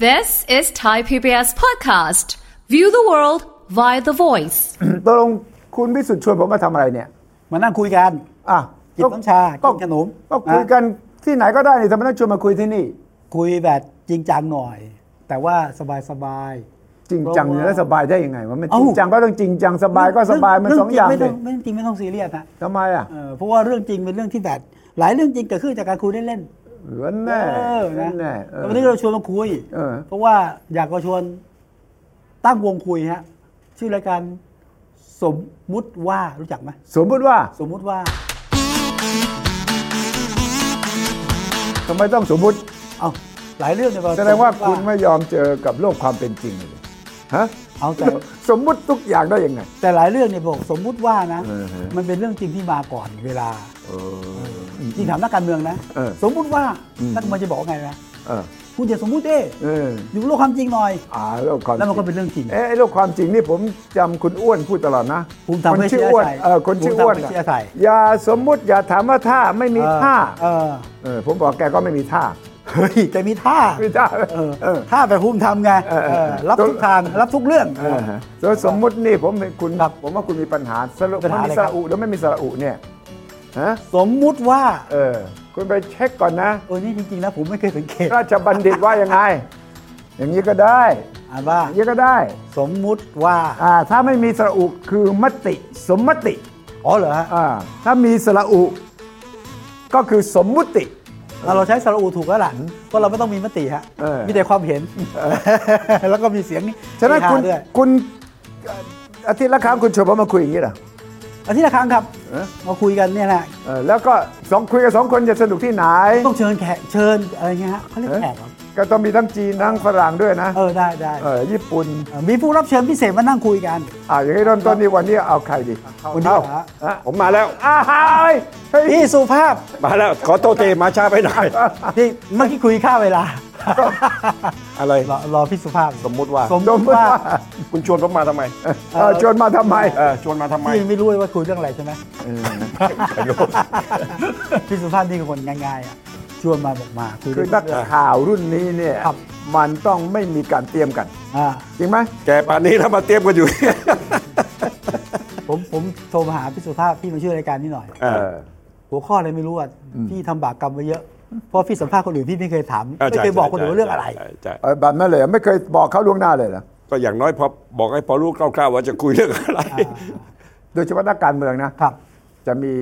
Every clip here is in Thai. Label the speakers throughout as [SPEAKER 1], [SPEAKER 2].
[SPEAKER 1] This is Thai PBS Podcast. View the world via the voice.
[SPEAKER 2] ตกลงคุณพิสุทธิ์ชวนผมมาทำอะไรเนี่ย
[SPEAKER 3] มานั่งคุยกัน
[SPEAKER 2] อ่ะ
[SPEAKER 3] จิบน้ำชา
[SPEAKER 2] ก็
[SPEAKER 3] กินขนม
[SPEAKER 2] ก็คุย
[SPEAKER 3] นะ
[SPEAKER 2] กันที่ไหนก็ได้นี่ทำไมต้องชวนมาคุยที่นี่
[SPEAKER 3] คุยแบบจริงจังหน่อย แต่ว่าสบายสบาย
[SPEAKER 2] จริงจังเนี่ย
[SPEAKER 3] เพราะว่า
[SPEAKER 2] แล้วสบายได้ยังไงวะมัน
[SPEAKER 3] เอ้า
[SPEAKER 2] จริงจังก็ต้องจริงจังสบายก็สบายมัน
[SPEAKER 3] เรื่
[SPEAKER 2] สองอย่าง
[SPEAKER 3] จริไม่
[SPEAKER 2] เล
[SPEAKER 3] ต้
[SPEAKER 2] ย
[SPEAKER 3] เรื่องจริงไม่ต้องซีเรียสนะ
[SPEAKER 2] ทำไมอ่ะ
[SPEAKER 3] เออเพราะว่าเรื่องจริงเป็นเรื่องที่แบบหลายเรื่องจริงเกิดขึ้นจากการคุยเล่น
[SPEAKER 2] เหลือ
[SPEAKER 3] ๆ
[SPEAKER 2] แน่
[SPEAKER 3] เออนะ
[SPEAKER 2] แน่เออ
[SPEAKER 3] แต่วันนี้เราชวนมาคุย
[SPEAKER 2] เออ
[SPEAKER 3] เพราะว่าอยากจะชวนตั้งวงคุยฮะชื่อรายการสมมุติว่ารู้จักไหม
[SPEAKER 2] สมมติว่า
[SPEAKER 3] สมมุติว่า
[SPEAKER 2] ทำไมต้องสมมติ
[SPEAKER 3] เอาหลายเรื่องเนี่ยเร
[SPEAKER 2] แสดงว่า
[SPEAKER 3] สมมุ
[SPEAKER 2] คุณ
[SPEAKER 3] ติ
[SPEAKER 2] ไม่ยอมเจอกับโลกความเป็นจริงเลยฮะ
[SPEAKER 3] เอาแต่
[SPEAKER 2] สมมุติทุกอย่างได้ยังไง
[SPEAKER 3] แต่หลายเรื่องเนี่ยบอกสมมุติว่านะ
[SPEAKER 2] เออฮะ
[SPEAKER 3] มันเป็นเรื่องจริงที่มาก่อนเวลา
[SPEAKER 2] เออ
[SPEAKER 3] จริงถามนักการเมืองนะ
[SPEAKER 2] เออ
[SPEAKER 3] สมมุติว่า
[SPEAKER 2] อืม
[SPEAKER 3] นักการเมืองจะบอกว่าไงนะ
[SPEAKER 2] เออ
[SPEAKER 3] คุณอย่าสมมุติเอ้
[SPEAKER 2] เออ
[SPEAKER 3] อยู่โลกความจริงหน่อย
[SPEAKER 2] อ่าโลกความจริง
[SPEAKER 3] แล้วมันก็เป็นเรื่องจริง
[SPEAKER 2] เอ้ยไอ้โรคความจริงนี่ผมจำคุณอ้วนพูดตลอดนะ
[SPEAKER 3] ภูมิธรรม
[SPEAKER 2] คน
[SPEAKER 3] ไม่
[SPEAKER 2] ชื่อ
[SPEAKER 3] เชื่อ
[SPEAKER 2] อ้วน
[SPEAKER 3] ใจ
[SPEAKER 2] เออคนชื่ออ้วน
[SPEAKER 3] ภูมิธรร
[SPEAKER 2] อะ
[SPEAKER 3] มไม่เชื่อใจ
[SPEAKER 2] อย่าสมมุติอย่าถามว่าท่าไม่มีท่า
[SPEAKER 3] เออ
[SPEAKER 2] เออผมบอกแกก็ไม่มีท่า
[SPEAKER 3] เฮ้ยแกมีท่า
[SPEAKER 2] ไม่ท่า
[SPEAKER 3] เออ
[SPEAKER 2] เออ
[SPEAKER 3] ท่าแบบภูมิธรรมไง
[SPEAKER 2] เออเออ
[SPEAKER 3] เออรับทุกทางรับทุกเรื่อง
[SPEAKER 2] เออฮะแล้วสมมุตินี่ผมเป็นคุณ
[SPEAKER 3] ครับ
[SPEAKER 2] ผมว่าคุณมีปัญหาสรุปมั
[SPEAKER 3] ปัญ
[SPEAKER 2] น
[SPEAKER 3] หา
[SPEAKER 2] มี
[SPEAKER 3] อะไร
[SPEAKER 2] ส
[SPEAKER 3] ครับ
[SPEAKER 2] ระอุหรือไม่มีสระอุเนี่ยฮะ
[SPEAKER 3] สมมุติว่า
[SPEAKER 2] เออคุณไปเช็คก่อนนะ
[SPEAKER 3] โอ้ยนี่จริงๆแล้วผมไม่เคยสังเกต
[SPEAKER 2] ราชบัณฑิตว่ายังไง อย่างนี้ก็ได้
[SPEAKER 3] อ่านว่า
[SPEAKER 2] อย่างนี้ก็ได้
[SPEAKER 3] สมมุติว่า
[SPEAKER 2] อ่าถ้าไม่มีสระอุคือมติ สมมติ
[SPEAKER 3] อ๋อเหรอฮะ
[SPEAKER 2] อ่าถ้ามีสระอุก็คือสมมุติ
[SPEAKER 3] อ่ะเราใช้สระอูถูกแล้วล่ะเพราะเราไม่ต้องมีมติฮะ
[SPEAKER 2] เออ
[SPEAKER 3] มีแต่ความเห็น แล้วก็มีเสียงนี่
[SPEAKER 2] ฉะนั้นคุณ
[SPEAKER 3] เฮฮาด้วย
[SPEAKER 2] คุณเอ่ออาทิตย์ละครั้งคุณชวนผมมาคุยอย่างนี้เหรอ
[SPEAKER 3] อาทิตย์ละครั้งครับ
[SPEAKER 2] เออ
[SPEAKER 3] มาคุยกันเนี่ยแหละ
[SPEAKER 2] เออแล้วก็สองคุยกับสองคนจะสนุกที่ไหน
[SPEAKER 3] ต้องเชิญแขกเชิญอะไรเงี้ยฮะเขาเรียก
[SPEAKER 2] เอ้ย
[SPEAKER 3] แขกเหรอ
[SPEAKER 2] ก็ต้องมีทั้งจีนทั้งฝรั่งด้วยนะ
[SPEAKER 3] เออได้ได้
[SPEAKER 2] เออญี่ปุ่น
[SPEAKER 3] เออมีผู้รับเชิญพิเศษมานั่งคุยกัน
[SPEAKER 2] อ่าอย่างนี้เริ่มต้นนี่วันนี้เอาใครดี
[SPEAKER 3] วันนี้
[SPEAKER 2] เอา
[SPEAKER 3] เหรอฮะ
[SPEAKER 2] ฮะ
[SPEAKER 4] ผมมาแล้ว
[SPEAKER 2] อ้าวเฮ้ยเฮ้ย
[SPEAKER 3] พี่สุภาพ
[SPEAKER 4] มาแล้ว ขอโทษทีมาช้าไปหน่อย
[SPEAKER 3] นี่เมื่อกี้คุยค่าเวลา
[SPEAKER 4] อะไร
[SPEAKER 3] รอรอพี่สุภาพ
[SPEAKER 4] สมมุติว่า
[SPEAKER 3] สมม
[SPEAKER 2] ดม
[SPEAKER 3] ติ
[SPEAKER 2] ว่า
[SPEAKER 3] ว่า
[SPEAKER 4] คุณชวนผมมาทำไม
[SPEAKER 2] เออชวนมาทำไม
[SPEAKER 4] เออชวนมาทำไม
[SPEAKER 3] พี่ไม่รู้เลยว่าคุยเรื่องอะไรใช่ไหมพี่สุภาพนี่คือคนง่ายๆอ่ะชวนมาบอกมาคุย
[SPEAKER 2] คือ
[SPEAKER 3] เรื่
[SPEAKER 2] นั
[SPEAKER 3] อก ง
[SPEAKER 2] ข่าวรุ่นนี้เนี่ย
[SPEAKER 3] ครับ
[SPEAKER 2] มันต้องไม่มีการเตรียมกัน
[SPEAKER 3] อ่า
[SPEAKER 2] จริงไหม
[SPEAKER 4] แกป่านนี้แล้วมาเตรียมกันอยู่
[SPEAKER 3] ผมผมโทรมาหาพี่สุภาพพี่มาช่วยรายการนี้หน่อย
[SPEAKER 4] เออ
[SPEAKER 3] หัวข้ออะไรไม่รู้อ่ะพี่ทำบาปกรรมไว้เยอะเพราะพี่สัมภาษณ์คนอื่นพี่ไม่เคยถาม
[SPEAKER 4] เออ
[SPEAKER 3] ไม่
[SPEAKER 4] ใช่
[SPEAKER 3] เคยบอก
[SPEAKER 4] ใช่
[SPEAKER 3] คนอื่นว่าเรื่องอะไร
[SPEAKER 4] ใช่ใช่
[SPEAKER 2] เออแบบนั้นเลยเหรอไม่เคยบอกเขาล่วงหน้าเลยเหรอ
[SPEAKER 4] ก็อย่างน้อยพอบอกให้พอรู้คร่าวๆว่าจะคุยเรื่องอะไร
[SPEAKER 2] โดยเฉพาะนักการเมืองนะครับ จะมี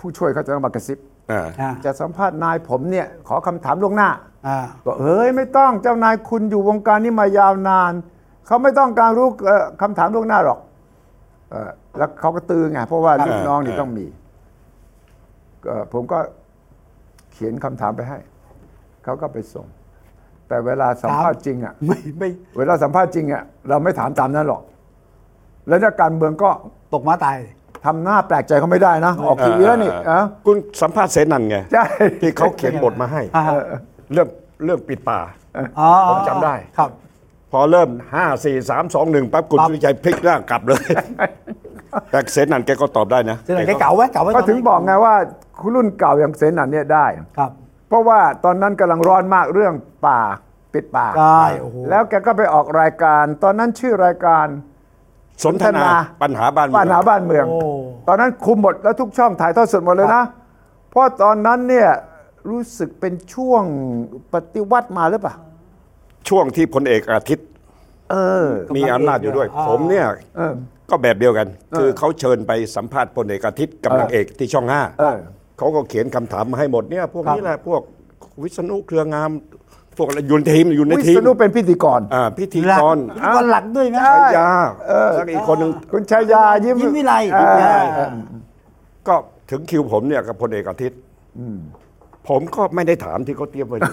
[SPEAKER 2] ผู้ช่วยเขาจะต้องมากระซิบ
[SPEAKER 4] อ่า
[SPEAKER 3] อ่า
[SPEAKER 2] จะสัมภาษณ์นายผมเนี่ย ขอคำถามล่วงหน้า
[SPEAKER 3] อ่า
[SPEAKER 2] บอกเฮ้ยไม่ต้องเจ้านายคุณอยู่วงการนี้มายาวนาน เขาไม่ต้องการรู้เอ่อคำถามล่วงหน้าหรอกเออแล้วเขาก็ตือไงเพราะว่าลูกน้องนี่
[SPEAKER 4] เออ
[SPEAKER 2] ต้องมีเอ่อผมก็เขียนคำถามไปให้ เขาก็ไปส่ง แต่เวลาสัมภาษณ์จริงอ่ะ
[SPEAKER 3] ไม่ไม่
[SPEAKER 2] เวลาสัมภาษณ์จริงอ่ะเราไม่ถามตามนั้นหรอก แล้วนักการเมืองก็
[SPEAKER 3] ตกมาตาย
[SPEAKER 2] ทำหน้าแปลกใจเขาไม่ได้นะ ออกทีวีแล้วนี่
[SPEAKER 4] เออ
[SPEAKER 2] เอ้า
[SPEAKER 4] คุณสัมภาษณ์เสนันไง
[SPEAKER 2] ใช่
[SPEAKER 4] ที่เขาเขียนบทมาให้
[SPEAKER 3] อ่าฮะ
[SPEAKER 4] เรื่องเรื่องปิดป่า
[SPEAKER 3] อ๋อ
[SPEAKER 4] ผมจำได้
[SPEAKER 3] ครับ
[SPEAKER 4] พอเริ่ม 5 4 3 2 1ปั๊บคุณ
[SPEAKER 3] ปั๊บ
[SPEAKER 4] สุวิชัยพลิกหน้ากลับ เลย แต่เสนันแกก็ตอบได้นะ
[SPEAKER 3] เสนอแกเก่าไว้เก่าไว้
[SPEAKER 2] ก็ถึงบอกไงว่ารุ่นเก่าอย่างเสนันเนี่ยได้
[SPEAKER 3] ครับ
[SPEAKER 2] เพราะว่าตอนนั้นกำลังร้อนมากเรื่องป่าปิดป่า
[SPEAKER 3] ใช่โอ้โห
[SPEAKER 2] แล้วแกก็ไปออกรายการ ตอนนั้นชื่อรายการ
[SPEAKER 4] สนทนาปัญหาบ้านเมื
[SPEAKER 2] ปั
[SPEAKER 4] อ
[SPEAKER 2] ญ
[SPEAKER 4] ง
[SPEAKER 2] หาบ้านเมือง
[SPEAKER 3] โอ้
[SPEAKER 2] ตอนนั้นคุมหมดแล้วทุกช่องถ่ายทอดสดหมดเลยนะ เพราะตอนนั้นเนี่ยรู้สึกเป็นช่วงปฏิวัติมาหรือเปล่า
[SPEAKER 4] ช่วงที่พลเอกอาทิตย์
[SPEAKER 2] เออ
[SPEAKER 4] มีอำนาจอยู่ด้วย
[SPEAKER 3] อ่า
[SPEAKER 4] ผมเนี่ย
[SPEAKER 2] เออ
[SPEAKER 4] ก็แบบเดียวกัน คือเขาเชิญไปสัมภาษณ์พลเอกอาทิตย์กับนางเอกที่ช่องห้า
[SPEAKER 2] เออ
[SPEAKER 4] เขาก็เขียนคำถามมาให้หมดเนี่ย พวกนี้แหละพวกวิษณุเครืองาม พวกอะไรอยู่ในทีมอยู่ใน
[SPEAKER 2] วิ
[SPEAKER 4] ที
[SPEAKER 2] ษ
[SPEAKER 4] ม
[SPEAKER 2] ณุเป็นพิธีกร
[SPEAKER 4] อ่าพิธี
[SPEAKER 3] หลั
[SPEAKER 4] ก
[SPEAKER 3] ก
[SPEAKER 4] ร
[SPEAKER 3] พิธีกรหลักด้วยนะ
[SPEAKER 2] ใช่
[SPEAKER 4] ยาแล้วอีกคนหนึ่ง
[SPEAKER 2] คุณชายายิ้ม
[SPEAKER 3] ยิ้มวิไล
[SPEAKER 2] เออ
[SPEAKER 3] ยิ้มวิไล
[SPEAKER 2] เออ
[SPEAKER 4] ก็ถึงคิวผมเนี่ยกับพลเอกอาทิตย์ผมก็ไม่ได้ถามที่เขาเตรียมไว้เลย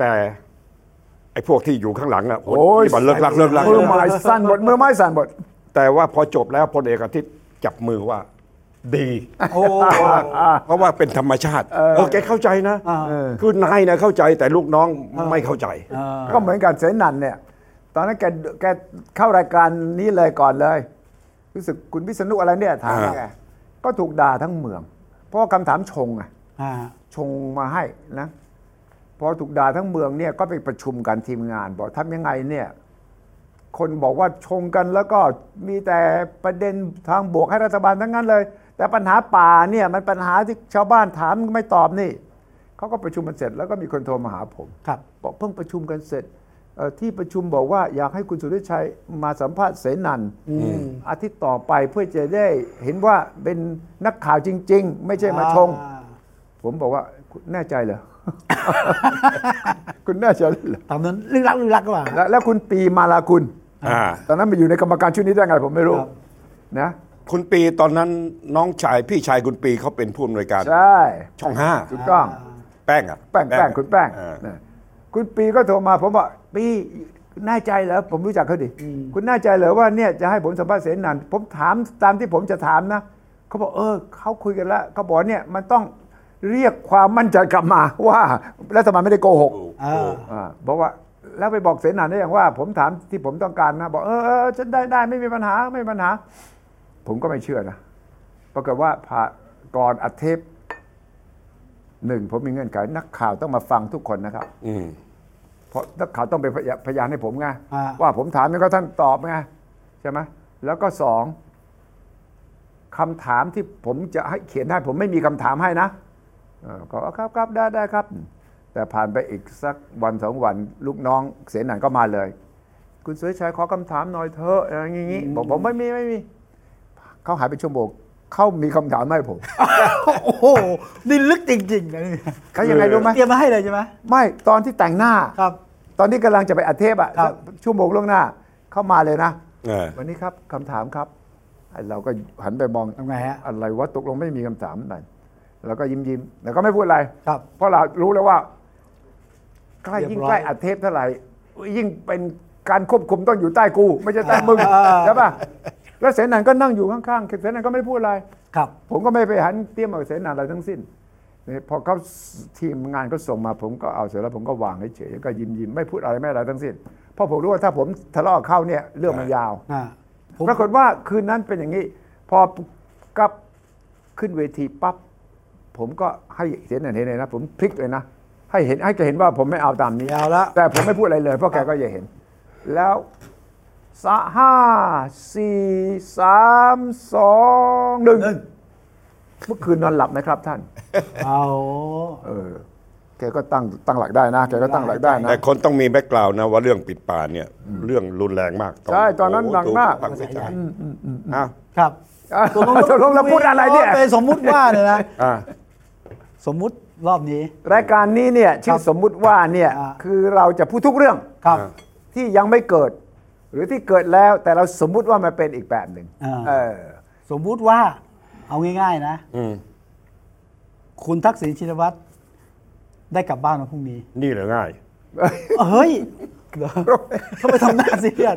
[SPEAKER 4] แต่ไอ้พวกที่อยู่ข้างหลังน่ะโหนี่มันเลิกลักเลิกลัก
[SPEAKER 2] มือไม้สั่นหมดมือไม้สั่นหมด
[SPEAKER 4] แต่ว่าพอจบแล้วพลเอกอาทิตย์จับมือว่า ดี
[SPEAKER 3] โอ้
[SPEAKER 4] เพราะว่าเป็นธรรมชาติ เออแกเข้าใจนะ
[SPEAKER 3] เออ
[SPEAKER 4] คือนายนะเข้าใจแต่ลูกน้องไม่เข้าใจ
[SPEAKER 3] เออ
[SPEAKER 2] ก็เหมือนกันเสนันเนี่ย ตอนนั้นแกแกเข้ารายการนี้เลยก่อนเลย รู้สึกคุณพิษณุอะไรเนี่ยถาม
[SPEAKER 4] อ่า
[SPEAKER 2] แกก็ถูกด่าทั้งเมือง เพราะว่าคำถามชงอะ
[SPEAKER 3] อ่า
[SPEAKER 2] ชงมาให้นะ พอถูกด่าทั้งเมืองเนี่ยก็ไปประชุมกันทีมงาน บอกทำยังไงเนี่ย คนบอกว่าชงกันแล้วก็มีแต่ประเด็นทางบวกให้รัฐบาลทั้งนั้นเลย แต่ปัญหาป่าเนี่ยมันปัญหาที่ชาวบ้านถามไม่ตอบนี่เขาก็ประชุมกันเสร็จแล้วก็มีคนโทรมาหาผม
[SPEAKER 3] ครับ
[SPEAKER 2] บอกเพิ่งประชุมกันเสร็จเอ่อที่ประชุมบอกว่าอยากให้คุณสุทธิชัยมาสัมภาษณ์เสนันอาทิตย์ต่อไปเพื่อจะได้เห็นว่าเป็นนักข่าวจริง ๆ ไม่ใช่มาชง
[SPEAKER 3] อ่
[SPEAKER 2] ผมบอกว่าคุณแน่ใจเหรอ คุณแน่ใจเหรอ
[SPEAKER 3] ตามนั้นลึกลักลึกลักก็ว่า
[SPEAKER 2] แล้วแล้วคุณปีมาลาคุณ
[SPEAKER 4] อ่า
[SPEAKER 2] ตอนนั้นมาอยู่ในกรรมการชุดนี้ได้ไงผมไม่รู้
[SPEAKER 3] ครับ
[SPEAKER 2] นะ
[SPEAKER 4] คุณปีตอนนั้นน้องชายพี่ชายคุณปีเขาเป็นผู้อำนวยการ
[SPEAKER 2] ใช่
[SPEAKER 4] ช่องห้า
[SPEAKER 2] ถูกต้อง
[SPEAKER 4] แป้งอ่ะ
[SPEAKER 2] แป้งแป้ง
[SPEAKER 4] อะ
[SPEAKER 2] คุณแป้ง
[SPEAKER 4] เออ
[SPEAKER 2] นะคุณปีก็โทรมาผมบอกปีแน่ใจเหรอผมรู้จักเขาดิคุณแน่ใจเหรอว่าเนี่ยจะให้ผมสัมภาษณ์เสนานผมถามตามที่ผมจะถามนะเขาบอกเออเขาคุยกันแล้วเขาบอกเนี่ยมันต้องเรียกความมั่นใจกลับมาว่ารัฐบาลไม่ได้โกหก
[SPEAKER 3] อ่า
[SPEAKER 2] อ่าบอกว่าแล้วไปบอกเสนานได้ยังว่า ผมถามที่ผมต้องการนะบอกเออเออเออฉันได้ได้ไม่มีปัญหาไม่มีปัญหา ผมก็ไม่เชื่อนะปรากฏว่าพาก่อนอัดเทปหนึ่งผมมีเงื่อนไขนักข่าวต้องมาฟังทุกคนนะครับ
[SPEAKER 4] อืม
[SPEAKER 2] เพราะนักข่าวต้องเป็นพยาพยานให้ผมไง
[SPEAKER 3] อ่า
[SPEAKER 2] ว่าผมถามแล้วก็ท่านตอบไงใช่ไหมแล้วก็สองคำถามที่ผมจะให้เขียนให้ผมไม่มีคำถามให้นะเออก็เอาครับครับได้ได้ครับ แต่ผ่านไปอีกสักวันสองวัน ลูกน้องเสนันก็มาเลย คุณสุวิชัยขอคำถามหน่อยเถอะอะไรอย่างงี้บอกผมไม่มีไม่มีเขาหายไปชั่วโมงเขามีคำถามให้ผม
[SPEAKER 3] โอ้โหนี่ลึกจริงๆนะเนี่ย
[SPEAKER 2] เขายังไงรู้ไหม
[SPEAKER 3] เตรียมมาให้เลยใช่ไหม
[SPEAKER 2] ไม่ตอนที่แต่งหน้า
[SPEAKER 3] ครับ
[SPEAKER 2] ตอนที่กำลังจะไปอัดเทปอะ
[SPEAKER 3] ครับ
[SPEAKER 2] ชั่วโมงล่วงหน้า เข้ามาเลยนะ
[SPEAKER 4] เออ
[SPEAKER 2] วันนี้ครับคำถามครับไอ้เราก็หันไปมอง
[SPEAKER 3] ทำไงฮะ
[SPEAKER 2] อะไรวะตกลงไม่มีคำถามไหนแล้วก็ยิ้มยิ้มๆแล้วก็ไม่พูดอะไร
[SPEAKER 3] ครับ
[SPEAKER 2] เพราะเรารู้แล้วว่า ใกล้ยิ่ง
[SPEAKER 3] เรียบร้อย
[SPEAKER 2] ใกล้อัดเทปเท่าไหร่ยิ่งเป็นการควบคุมต้องอยู่ใต้กู ไม่ใช่ใต้มึง
[SPEAKER 3] อ่า
[SPEAKER 2] ใช่ป่ะแล้วเสนันก็นั่งอยู่ข้างๆเสนันก็ไม่พูดอะไร
[SPEAKER 3] ครับ
[SPEAKER 2] ผมก็ไม่ไปหันเตรียมเอาเสนาอะไรทั้งสิ้นเนี่ยพอเขาทีมงานก็ส่งมาผมก็เอาเสร็จแล้วผมก็วางเฉยๆก็ยิ้มๆไม่พูดอะไรไม่อะไรทั้งสิ้นเพราะผมรู้ว่าถ้าผมทะเลาะกับเขาเนี่ยเรื่องมันยาว
[SPEAKER 3] อ่า ผม
[SPEAKER 2] ปรากฏว่าคืนนั้นเป็นอย่างนี้ พอกลับขึ้นเวทีปั๊บผมก็ให้เห็นเห็นเลยนะ ผมพลิกเลยนะ ให้เห็นให้แกเห็นว่าผมไม่เอาตามนี้
[SPEAKER 3] ไม่เอาละ
[SPEAKER 2] แต่ผมไม่พูดอะไรเลย เพราะแกก็จะเห็น แล้วสะห้าสี่สามสองหนึ่ง เมื่อคืนนอนหลับไหมครับท่าน
[SPEAKER 3] เอา
[SPEAKER 2] เออ แกก็ตั้งตั้งหลักได้นะ แกก็ตั้งหลักได้นะ
[SPEAKER 4] แต่คนต้องมีแบ็กกราวน์นะว่าเรื่องปิดป่าเนี่ย เรื่องรุนแรงมาก
[SPEAKER 2] ใช่ตอนนั้นหนักมาก
[SPEAKER 4] โอ้โหถูวิจารณ์อ้าว
[SPEAKER 3] ครับ
[SPEAKER 2] ตกลงแล้วพูดอะไรเนี่ย
[SPEAKER 3] าป็สมมุติว่าเนี่ยนะ
[SPEAKER 4] อ่า
[SPEAKER 3] สมมุติรอบนี้
[SPEAKER 2] รายการนี้เนี่ยชื่อสมมุติว่าเนี่ย
[SPEAKER 3] อ่า
[SPEAKER 2] คือเราจะพูดทุกเรื่อง
[SPEAKER 3] ครับ
[SPEAKER 2] ที่ยังไม่เกิด หรือที่เกิดแล้วแต่เราสมมุติว่ามันเป็นอีกแบบหนึ่ง
[SPEAKER 3] อ่า
[SPEAKER 2] เออ
[SPEAKER 3] สมมุติว่า เอาง่าย ๆ นะ
[SPEAKER 4] อืม
[SPEAKER 3] คุณทักษิณชินวัตรได้กลับบ้านวันพรุ่งนี้
[SPEAKER 4] นี่เหรอง่าย
[SPEAKER 3] เฮ้ยเหรอทำไมทำหน้าซีเรียส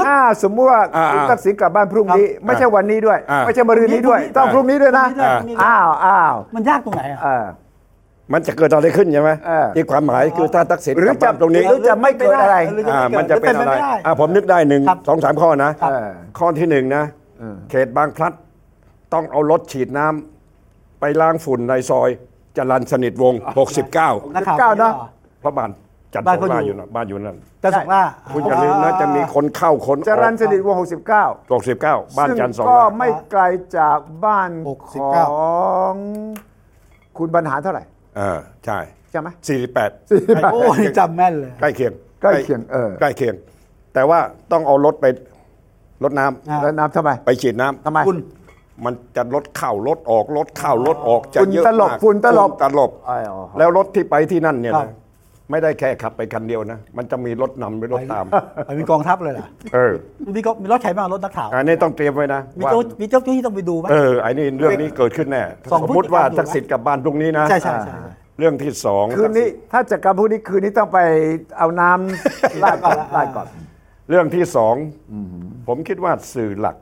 [SPEAKER 2] ถ้าสมมุติว่า
[SPEAKER 4] อ่า
[SPEAKER 2] คุณทักษิณกลับบ้านพรุ่งนี้ ไม่ใช่วันนี้ด้วย
[SPEAKER 4] อ่า
[SPEAKER 2] ไม่ใช่มะรืนนี้ด้วย
[SPEAKER 3] พรุ่งนี้
[SPEAKER 2] ต้องพรุ่งนี้ด้วยนะ
[SPEAKER 3] พรุ่งนี้ด้วยพรุ่งนี้ด้วย
[SPEAKER 2] อ้าวอ้าว
[SPEAKER 3] มันยากตรงไหนอ่ะ
[SPEAKER 2] เออ
[SPEAKER 4] มันจะเกิดอะไรขึ้นใช่ไหม
[SPEAKER 2] เออ
[SPEAKER 4] ที่ความหมายคือถ้าทักษิณ
[SPEAKER 2] หรือก
[SPEAKER 4] ลับ
[SPEAKER 2] จะ
[SPEAKER 4] บ้านตรงนี้
[SPEAKER 2] หรือจะไม่เกิดอะไร
[SPEAKER 3] หรือจะ
[SPEAKER 4] อ่า
[SPEAKER 3] ไม่เกิด
[SPEAKER 4] มันจะเป็น
[SPEAKER 3] แต่
[SPEAKER 4] อะ
[SPEAKER 3] เป็น
[SPEAKER 4] ไร
[SPEAKER 3] ไปได้
[SPEAKER 4] อ่าผมนึกได้หนึ่ง
[SPEAKER 3] ครับ
[SPEAKER 4] สองสามข้อนะ
[SPEAKER 2] ครับ
[SPEAKER 4] ข้อที่หนึ่งนะ เขตบางพลัด ต้องเอารถฉีดน้ำไปล้างฝุ่นในซอยจรันสนิทวงศ์69
[SPEAKER 3] นักข่าว
[SPEAKER 2] เก้านะ
[SPEAKER 3] เหรอ
[SPEAKER 4] พระบานจันทร์
[SPEAKER 3] บ้าน
[SPEAKER 4] สง
[SPEAKER 3] เขา
[SPEAKER 4] รา
[SPEAKER 3] อ
[SPEAKER 4] อยู่ ยู่นะบ้านอยู่นั่น
[SPEAKER 3] จะส่งว่า
[SPEAKER 4] คุณจะลืมนะจะมีคนเข้าคน
[SPEAKER 2] จรันสนิทวงหกสิบเก้า
[SPEAKER 4] หกสิบเก้าบ้านจันทร์ส
[SPEAKER 2] ซึ่
[SPEAKER 4] องง
[SPEAKER 2] ก็
[SPEAKER 4] รา
[SPEAKER 2] ไม่ไกลจากบ้านข
[SPEAKER 3] 69
[SPEAKER 2] องคุณบรรหารเท่าไหร่
[SPEAKER 4] เออใช่
[SPEAKER 2] ใช่ไหม
[SPEAKER 4] สี่สิบแปด
[SPEAKER 3] โอ้ยจำแม่นเลย
[SPEAKER 4] ใกล้เคียง
[SPEAKER 2] ใกล้เคียงเออ
[SPEAKER 4] ใกล้เคียง แต่ว่าต้องเอารถไปรถน้ำ
[SPEAKER 3] อ่า
[SPEAKER 2] แล้วน้ำทำไม
[SPEAKER 4] ไปฉีดน้ำ
[SPEAKER 2] ทำไม
[SPEAKER 3] คุณ
[SPEAKER 4] มันจะลดเข้ารถออกรถเข้ารถออกจะ
[SPEAKER 2] ฝุ่น
[SPEAKER 4] เยอะ
[SPEAKER 2] ตลบ
[SPEAKER 4] มาก
[SPEAKER 2] ฝุ่นตลบ
[SPEAKER 4] ตลบ
[SPEAKER 2] อ๋อ
[SPEAKER 4] แล้วรถที่ไปที่นั่นเนี่ย
[SPEAKER 3] ครั
[SPEAKER 4] นะ
[SPEAKER 3] บ
[SPEAKER 4] ไม่ได้แค่ขับไปคันเดียวนะ มันจะมีรถนำไปรถตาม
[SPEAKER 3] ไปมีกองทัพเลยเหรอ
[SPEAKER 4] เออ
[SPEAKER 3] มีกองมีรถใครบ้างรถนักข่าว
[SPEAKER 4] อันนี้ต้องเตรียมไว้นะ
[SPEAKER 3] มี
[SPEAKER 4] ว่า
[SPEAKER 3] เจ้ามีเจ้าที่ต้องไปดูไหม
[SPEAKER 4] เออไอ้นี่เรื่องนี้เกิดขึ้นแน่
[SPEAKER 3] สอง
[SPEAKER 4] สมมติว่า
[SPEAKER 3] พฤติกรรม
[SPEAKER 4] ทักษิณกลับบ้านพรุ่งนี้นะ
[SPEAKER 3] ใช่ใช่ใช่
[SPEAKER 4] เรื่องที่สอง
[SPEAKER 2] คืนนี้ถ้าจะกรรมพวกนี้คืนนี้ต้องไปเอาน้ ำ ลาดก่อนลาดก่อน
[SPEAKER 4] เรื่องที่สองผมคิดว่าสื่อหลัก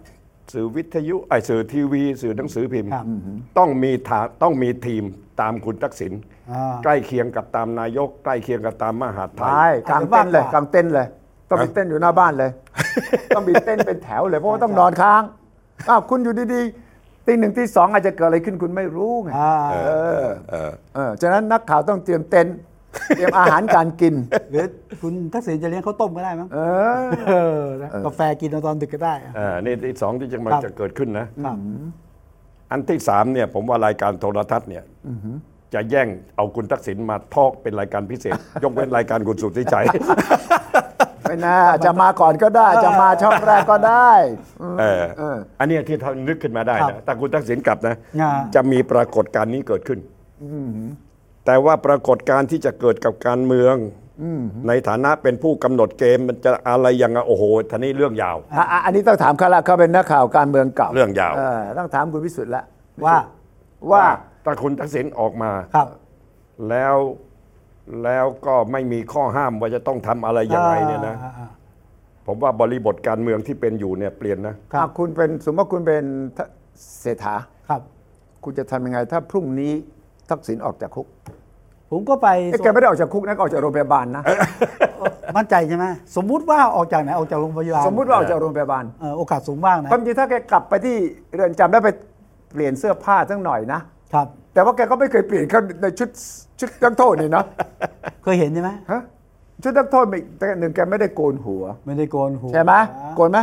[SPEAKER 4] สื่อวิทยุไอ้สื่อทีวี สื่อหนังสือพิมพ์
[SPEAKER 3] ครับอือหือ
[SPEAKER 4] ต้องมีฐานต้องมีทีมตามคุณทักษิณ
[SPEAKER 3] อ่า
[SPEAKER 4] ใกล้เคียงกับตามนายก ใกล้เคียงกับตามมหาดไท
[SPEAKER 2] ใช่
[SPEAKER 4] ย
[SPEAKER 2] กลางเต้นท์เลย
[SPEAKER 3] อาจ
[SPEAKER 2] ก
[SPEAKER 3] จะมากกว่า
[SPEAKER 2] ลางเต้นท์เลย ต้องมีเต้นอยู่หน้าบ้านเลย ต้องมีเต้นเป็นแถวเลยเพราะว่าต้องนอนค้างอ้าวคุณอยู่ดีๆตีหนึ่งตีสองอาจจะเกิดอะไรขึ้นคุณไม่รู้ไง
[SPEAKER 3] อ่า
[SPEAKER 2] เออเออฉะนั้นนักข่าวต้องเตรียมเต็นท์ เตรียมอาหารการ กิน
[SPEAKER 3] หรือคุณทักษิณจะเลี้ยงข้าวต้มก็ได้มั้ง
[SPEAKER 2] เออ
[SPEAKER 3] เออนะกาแฟกินเอาตอนดึกก็ได้อะ
[SPEAKER 4] อ่านี่ที่สองที่จะมา
[SPEAKER 3] ครับ
[SPEAKER 4] จะเกิดขึ้นนะ
[SPEAKER 3] ครับ
[SPEAKER 4] อันที่สามเนี่ยผมว่ารายการโทรทัศน์เนี่ยจะแย่งเอาคุณทักษิณมาทอกเป็นรายการพิเศษ ยกเว้นรายการคุณสุทธิชัย
[SPEAKER 2] ไม่น่าจะมาก่อนก็ได้ จะมาช่องแรกก็ได้อืม
[SPEAKER 4] เอออันเนี้ยที่ท่านนึกขึ้นมาได้
[SPEAKER 3] ครั
[SPEAKER 4] นะ
[SPEAKER 3] บ
[SPEAKER 4] แต่คุณทักษิณกลับนะ
[SPEAKER 3] อ่า
[SPEAKER 4] จะมีปรากฏการณ์นี้เกิดขึ้นแต่ว่าปรากฏการณ์ที่จะเกิดกับการเมืองในฐานะเป็นผู้กำหนดเกมมันจะอะไรยังไงโอ้โหท่านี้เรื่องยาว
[SPEAKER 2] อ่ะอ่ะอันนี้ต้องถามเขาละเขาเป็นนักข่าวการเมืองเก่า
[SPEAKER 4] เรื่องยาว
[SPEAKER 2] ต้องถามคุณวิสุทธ์ละ
[SPEAKER 3] ว่า
[SPEAKER 2] ว่า
[SPEAKER 4] ถ้าคุณทักษิณออกมา
[SPEAKER 3] ครับ
[SPEAKER 4] แล้วแล้วก็ไม่มีข้อห้ามว่าจะต้องทำอะไรยังไงเนี่ยนะ
[SPEAKER 3] อ่าอ่าอ่า
[SPEAKER 4] ผมว่าบริบทการเมืองที่เป็นอยู่เนี่ยเปลี่ยนนะ
[SPEAKER 3] ครับ
[SPEAKER 2] อ่ะคุณเป็นสมมติว่าคุณเป็นทะเศรษฐา
[SPEAKER 3] ครับ
[SPEAKER 2] คุณจะทำยังไง ถ้าพรุ่งนี้ทักษิณออกจากคุก
[SPEAKER 3] ผมก็ไป
[SPEAKER 2] เอ๊ะแกไม่ได้ออกจากคุกนะแกออกจากโรงพยาบาลนะ
[SPEAKER 3] มั่นใจใช่ไหมสมมุติว่าออกจากไหนออกจากโรงพยาบาล
[SPEAKER 2] สมมุติว่าออกจากโรงพยาบาล
[SPEAKER 3] เอ่อโอกาสสูงมากนะ
[SPEAKER 2] ความจริงถ้าแกกลับไปที่เรือนจำแล้วไปเปลี่ยนเสื้อผ้าสักหน่อยนะ
[SPEAKER 3] ครับ
[SPEAKER 2] แต่ว่าแกก็ไม่เคยเปลี่ยนเขาในชุดชุดนักโทษนี่นะ
[SPEAKER 3] เคยเห็นใช่ไหม
[SPEAKER 2] ฮะชุดนักโทษมีแต่หนึ่งแกไม่ได้โกนหัว
[SPEAKER 3] ไม่ได้โกนหัว
[SPEAKER 2] ใช่ไหมโกนไหม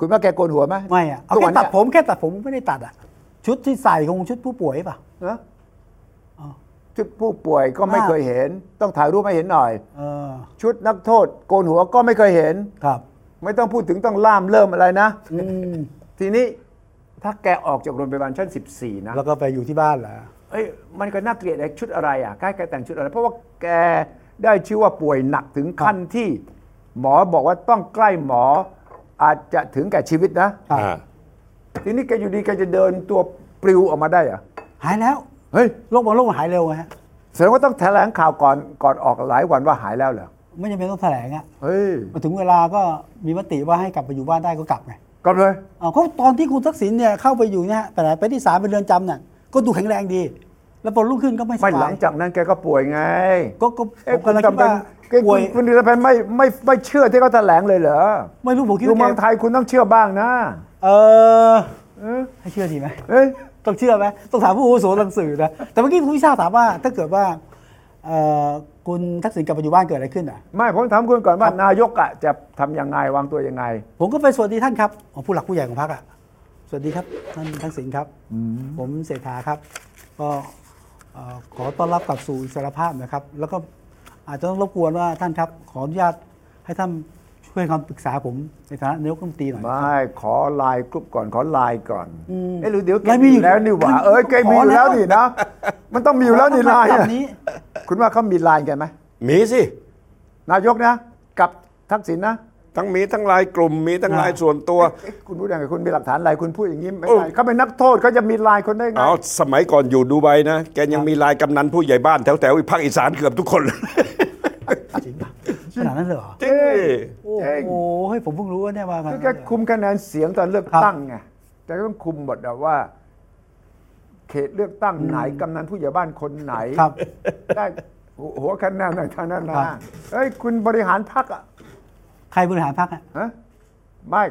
[SPEAKER 2] คุณว่าแกโกนหัวไหม
[SPEAKER 3] ไม่อะเอา
[SPEAKER 2] ทุก
[SPEAKER 3] แค่
[SPEAKER 2] วันนี่
[SPEAKER 3] ตั
[SPEAKER 2] ย
[SPEAKER 3] ดผมแค่ตัดผมไม่ได้ตัดอ่ะ ชุดที่ใส่คงชุดผู้ป่วยป่ะ
[SPEAKER 2] เหรอชุดผู้ป่วยก็ไม่
[SPEAKER 3] อ่า
[SPEAKER 2] เคยเห็น ต้องถ่ายรูปให้เห็นหน่อย
[SPEAKER 3] เออ
[SPEAKER 2] ชุดนักโทษ โกนหัวก็ไม่เคยเห็น
[SPEAKER 3] ครับ
[SPEAKER 2] ไม่ต้องพูดถึงต้องล่ามเริ่มอะไรนะ
[SPEAKER 3] อืม
[SPEAKER 2] ทีนี้ถ้าแกออกจากโรงพยาบาลชั้น 14 นะ
[SPEAKER 3] แล้วก็ไปอยู่ที่บ้านเหรอ
[SPEAKER 2] เอ้ยมันก็น่าเกลียดไอ้ชุดอะไรอ่ะใกล้แกแต่งชุดอะไร เพราะว่าแกได้ชื่อว่าป่วยหนักถึงขั้นที่ หมอบอกว่าต้องใกล้หมออาจจะถึงแก่ชีวิตนะ
[SPEAKER 3] ครับ
[SPEAKER 4] อ่า
[SPEAKER 2] ทีนี้แกอยู่ดีแกจะเดินตัวปลิวออกมาได้เหรอ่ะ
[SPEAKER 3] หายแล้ว
[SPEAKER 2] เฮ้ย
[SPEAKER 3] โรคบางโรคมันหายเร็วไงฮะ
[SPEAKER 2] แสดงว่าต้องแถลงข่าวก่อนก่อนออกหลายวันว่าหายแล้วเหรอ
[SPEAKER 3] ไม่จำเป็นต้องแถลงอ่ะ
[SPEAKER 2] เฮ้ย
[SPEAKER 3] มาถึงเวลาก็มีมติว่าให้กลับไปอยู่บ้านได้ก็กลับไง
[SPEAKER 2] กลับเลย
[SPEAKER 3] เอาก็ตอนที่คุณทักษิณเนี่ยเข้าไปอยู่เนี่ยแต่ไหนไปที่ศาลไปเรือนจำเนี่ยก็ดูแข็งแรงดี แล้วพอรุ่งขึ้นก็ไม่ส
[SPEAKER 2] ไม่หลั
[SPEAKER 3] บาง ย
[SPEAKER 2] จากนั้นแกก็ป่วยไง
[SPEAKER 3] ก็ก็
[SPEAKER 2] เอ๊ะ
[SPEAKER 3] ผม
[SPEAKER 2] คุณ
[SPEAKER 3] กำลัง
[SPEAKER 2] จำ
[SPEAKER 3] คิด
[SPEAKER 2] เป็น
[SPEAKER 3] ว่า
[SPEAKER 2] แกคุณ
[SPEAKER 3] ป่วย
[SPEAKER 2] คุณดิลพันธ์ไม่ไม่ไม่เชื่อที่เขาแถลงเลยเหรอ
[SPEAKER 3] ไม่รู้ผมคิด
[SPEAKER 2] อยู่
[SPEAKER 3] ว่า
[SPEAKER 2] เมือง
[SPEAKER 3] แก
[SPEAKER 2] ไทยคุณต้องเชื่อบ้างนะ
[SPEAKER 3] เออ
[SPEAKER 2] เออ
[SPEAKER 3] ให้เชื่อดีไหม
[SPEAKER 2] เอ้ย
[SPEAKER 3] ต้องเชื่อไหมต้องถามผู้อาวุโสทางสื่อนะแต่เมื่อกี้คุณวิชาถามว่า ถ้าเกิดว่าเอ่อคุณทักษิณกลับไปอยู่บ้านเกิดอะไรขึ้นอ่ะ
[SPEAKER 2] ไม่ผมถามคุณก่อนว่านายกอะจะทำยังไงวางตัวยังไง
[SPEAKER 3] ผมก็ไปสวัสดีท่านครับอ๋อผู้หลักผู้ใหญ่ของพรรคอ่ะสวัสดีครับท่านทักษิณครับผมเศรษฐาครับ ก็เอ่อขอต้อนรับกลับสู่อิสารภาพนะครับ แล้วก็อาจจะต้องรบกวนว่าท่านครับ ขออนุญาตให้ท่านช่วยให้คำปรึกษาผมในฐานะนายกรัฐมนตรีหน่อย
[SPEAKER 2] ไม่ขอไลน์กรุ๊ปก่อนขอไลน์ก่อน
[SPEAKER 3] อืม
[SPEAKER 2] เอ้ยหรือเดี๋ยวแก
[SPEAKER 3] ไม่มี
[SPEAKER 2] มีอ
[SPEAKER 3] อยู่
[SPEAKER 2] ยู่แล้วนี่หว่า
[SPEAKER 3] มัน
[SPEAKER 2] เอ้ยแกมีอยู่
[SPEAKER 3] ขอแล้
[SPEAKER 2] แล้ว
[SPEAKER 3] ว
[SPEAKER 2] นี่นะ มันต้องมีอยู่แล้วนี่ไลน์
[SPEAKER 3] แบ
[SPEAKER 2] อะ
[SPEAKER 3] บ นี้
[SPEAKER 2] คุณว่าเขามีไลน์กันไหม
[SPEAKER 4] มีสิ
[SPEAKER 2] นายกนะ กับทักษิณนะ
[SPEAKER 4] ทั้งมีทั้งลายกลุ่มมีทั้ง
[SPEAKER 3] อ่า
[SPEAKER 4] ลายส่วนตัว
[SPEAKER 2] เอ๊ะคุณรู้ยังไงคุณมีหลักฐานอะไรคุณพูดอย่างนี้ไม่
[SPEAKER 4] โอ้
[SPEAKER 2] ได้เขาเป็นนักโทษเขาจะมีลายคนได้ไง
[SPEAKER 4] เอาสมัยก่อนอยู่ดูไบนะ แกยังมีลายกำนันผู้ใหญ่บ้านแถวแถวๆภาคอีสานเกือบทุกคนเลย
[SPEAKER 3] จริงป่ะขนาดนั้นเลยเหรอ
[SPEAKER 4] จริงดิ
[SPEAKER 3] โอ้โหให้ยผมเพิ่งรู้ว่าเนี่ยว่ามัน
[SPEAKER 2] คือแกคุมคะแนนเสียงตอนเลือก
[SPEAKER 3] ครับ
[SPEAKER 2] ตั้งไงแกก็ต้องคุมหมดอะว่า เขตเลือกตั้งไหนกำนันผู้ใหญ่บ้านคนไหน
[SPEAKER 3] ครับ
[SPEAKER 2] ได้หัวหัวคะแนนไหนทางนั้นนะครับ เอ้ยคุณบริหารพรรคอะ
[SPEAKER 3] ใครบริหารพรรคอ่ะ
[SPEAKER 2] ฮะไม่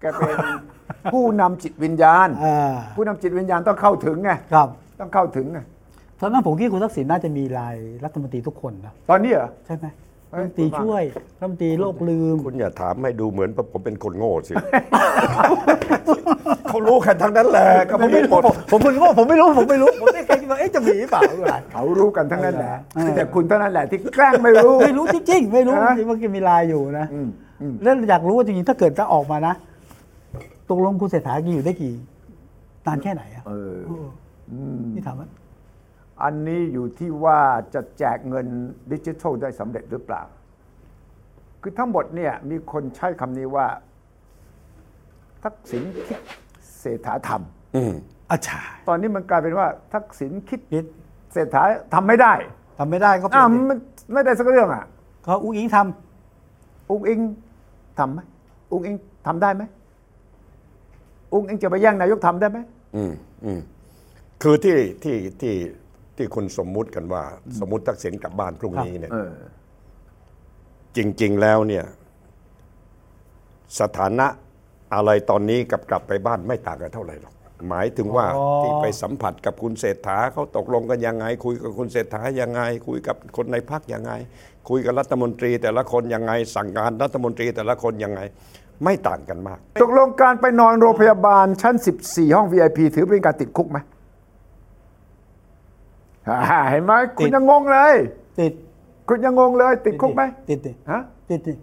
[SPEAKER 2] แกเป็น ผู้นำจิตวิญญาณ
[SPEAKER 3] อ่า
[SPEAKER 2] ผู้นำจิตวิญญาณต้องเข้าถึงไง
[SPEAKER 3] ครับ
[SPEAKER 2] ต้องเข้าถึงไง
[SPEAKER 3] ตอนนั้นผมคิดคุณทักษิณน่าจะมีลายรัฐมนตรีทุกคนนะ
[SPEAKER 2] ตอนนี้เหรอ
[SPEAKER 3] ใช่ไหม
[SPEAKER 2] เฮ้
[SPEAKER 3] รั
[SPEAKER 2] ย
[SPEAKER 3] ฐมนตรีช่วยรัฐมนตรีโลกลืม
[SPEAKER 4] คุณอย่าถามให้ดูเหมือนว่าผมเป็นคนโง่สิ เขารู้กันทั้งนั้นแหละก็ผมไม่หมด
[SPEAKER 3] ผมไม่รู้ว่าผมไม่รู้ผมไม่รู้ผมไม่เคยคิดว่าเอ๊ะจะมีหรือเปล่าหรือเปล่า
[SPEAKER 2] เขารู้กันทั้งนั้นแหละ
[SPEAKER 3] เออ
[SPEAKER 2] แต่คุณเท่านั้นแหละที่แกล้งไม่รู้
[SPEAKER 3] ไม่รู้จริงๆไม่รู้
[SPEAKER 2] ฮะ
[SPEAKER 3] จริงๆว่าแกมีลายอยู่นะแล้วอยากรู้ว่าจริงๆถ้าเกิดจะออกมานะตกลงคุณเศรษฐาแกอยู่ได้กี่นานแค่ไหนอ่ะ
[SPEAKER 2] เออ
[SPEAKER 3] เออนี่ถามว่า
[SPEAKER 2] อันนี้อยู่ที่ว่าจะแจกเงินดิจิทัลได้สำเร็จหรือเปล่า คือทั้งหมดเนี่ยมีคนใช้คำนี้ว่า ทักษิณคิดเศรษฐาท
[SPEAKER 4] อืม
[SPEAKER 3] อาชา
[SPEAKER 2] ำตอนนี้มันกลายเป็นว่า ทักษิณคิด
[SPEAKER 3] พิษ
[SPEAKER 2] เศรษฐาทำไม่ได้
[SPEAKER 3] ทำไม่ได้ก็เปลี่
[SPEAKER 2] อ้า
[SPEAKER 3] ยว นดิ
[SPEAKER 2] มันไม่ได้สักเรื่องอ่ะ
[SPEAKER 3] เขาอุ้งอิงท
[SPEAKER 2] อุ้งอิงทำไหมอุ้งอิงทำได้ไหมอุ้งอิงจะไปแย่งนายกทำได้ไหม
[SPEAKER 4] อืมอืมคือที่ที่ที่ที่คุณสมมุติกันว่า สมมุติทักษิณกลับบ้านพรุ่งนี้เนี่ย
[SPEAKER 2] เออ
[SPEAKER 4] จริง ๆ แล้วเนี่ย สถานะอะไรตอนนี้กับกลับไปบ้านไม่ต่างกันเท่าไหร่หรอก หมายถึงว่า
[SPEAKER 3] อ๋อ
[SPEAKER 4] ที่ไปสัมผัสกับคุณเศรษฐาเขาตกลงกันยังไง คุยกับคุณเศรษฐายังไง คุยกับคนในพักยังไง คุยกับรัฐมนตรีแต่ละคนยังไง สั่งการรัฐมนตรีแต่ละคนยังไง ไม่ต่างกันมาก
[SPEAKER 2] ตกลงการไปนอนโรงพยาบาลชั้น 14 ห้อง VIP ถือเป็นการติดคุกไหมอ่าเห็นไหมคุณยังงงเลย
[SPEAKER 3] ติด
[SPEAKER 2] คุณยังงงเลย ติดคุกไหม
[SPEAKER 3] ติดติด
[SPEAKER 2] ฮะ
[SPEAKER 3] ติดติด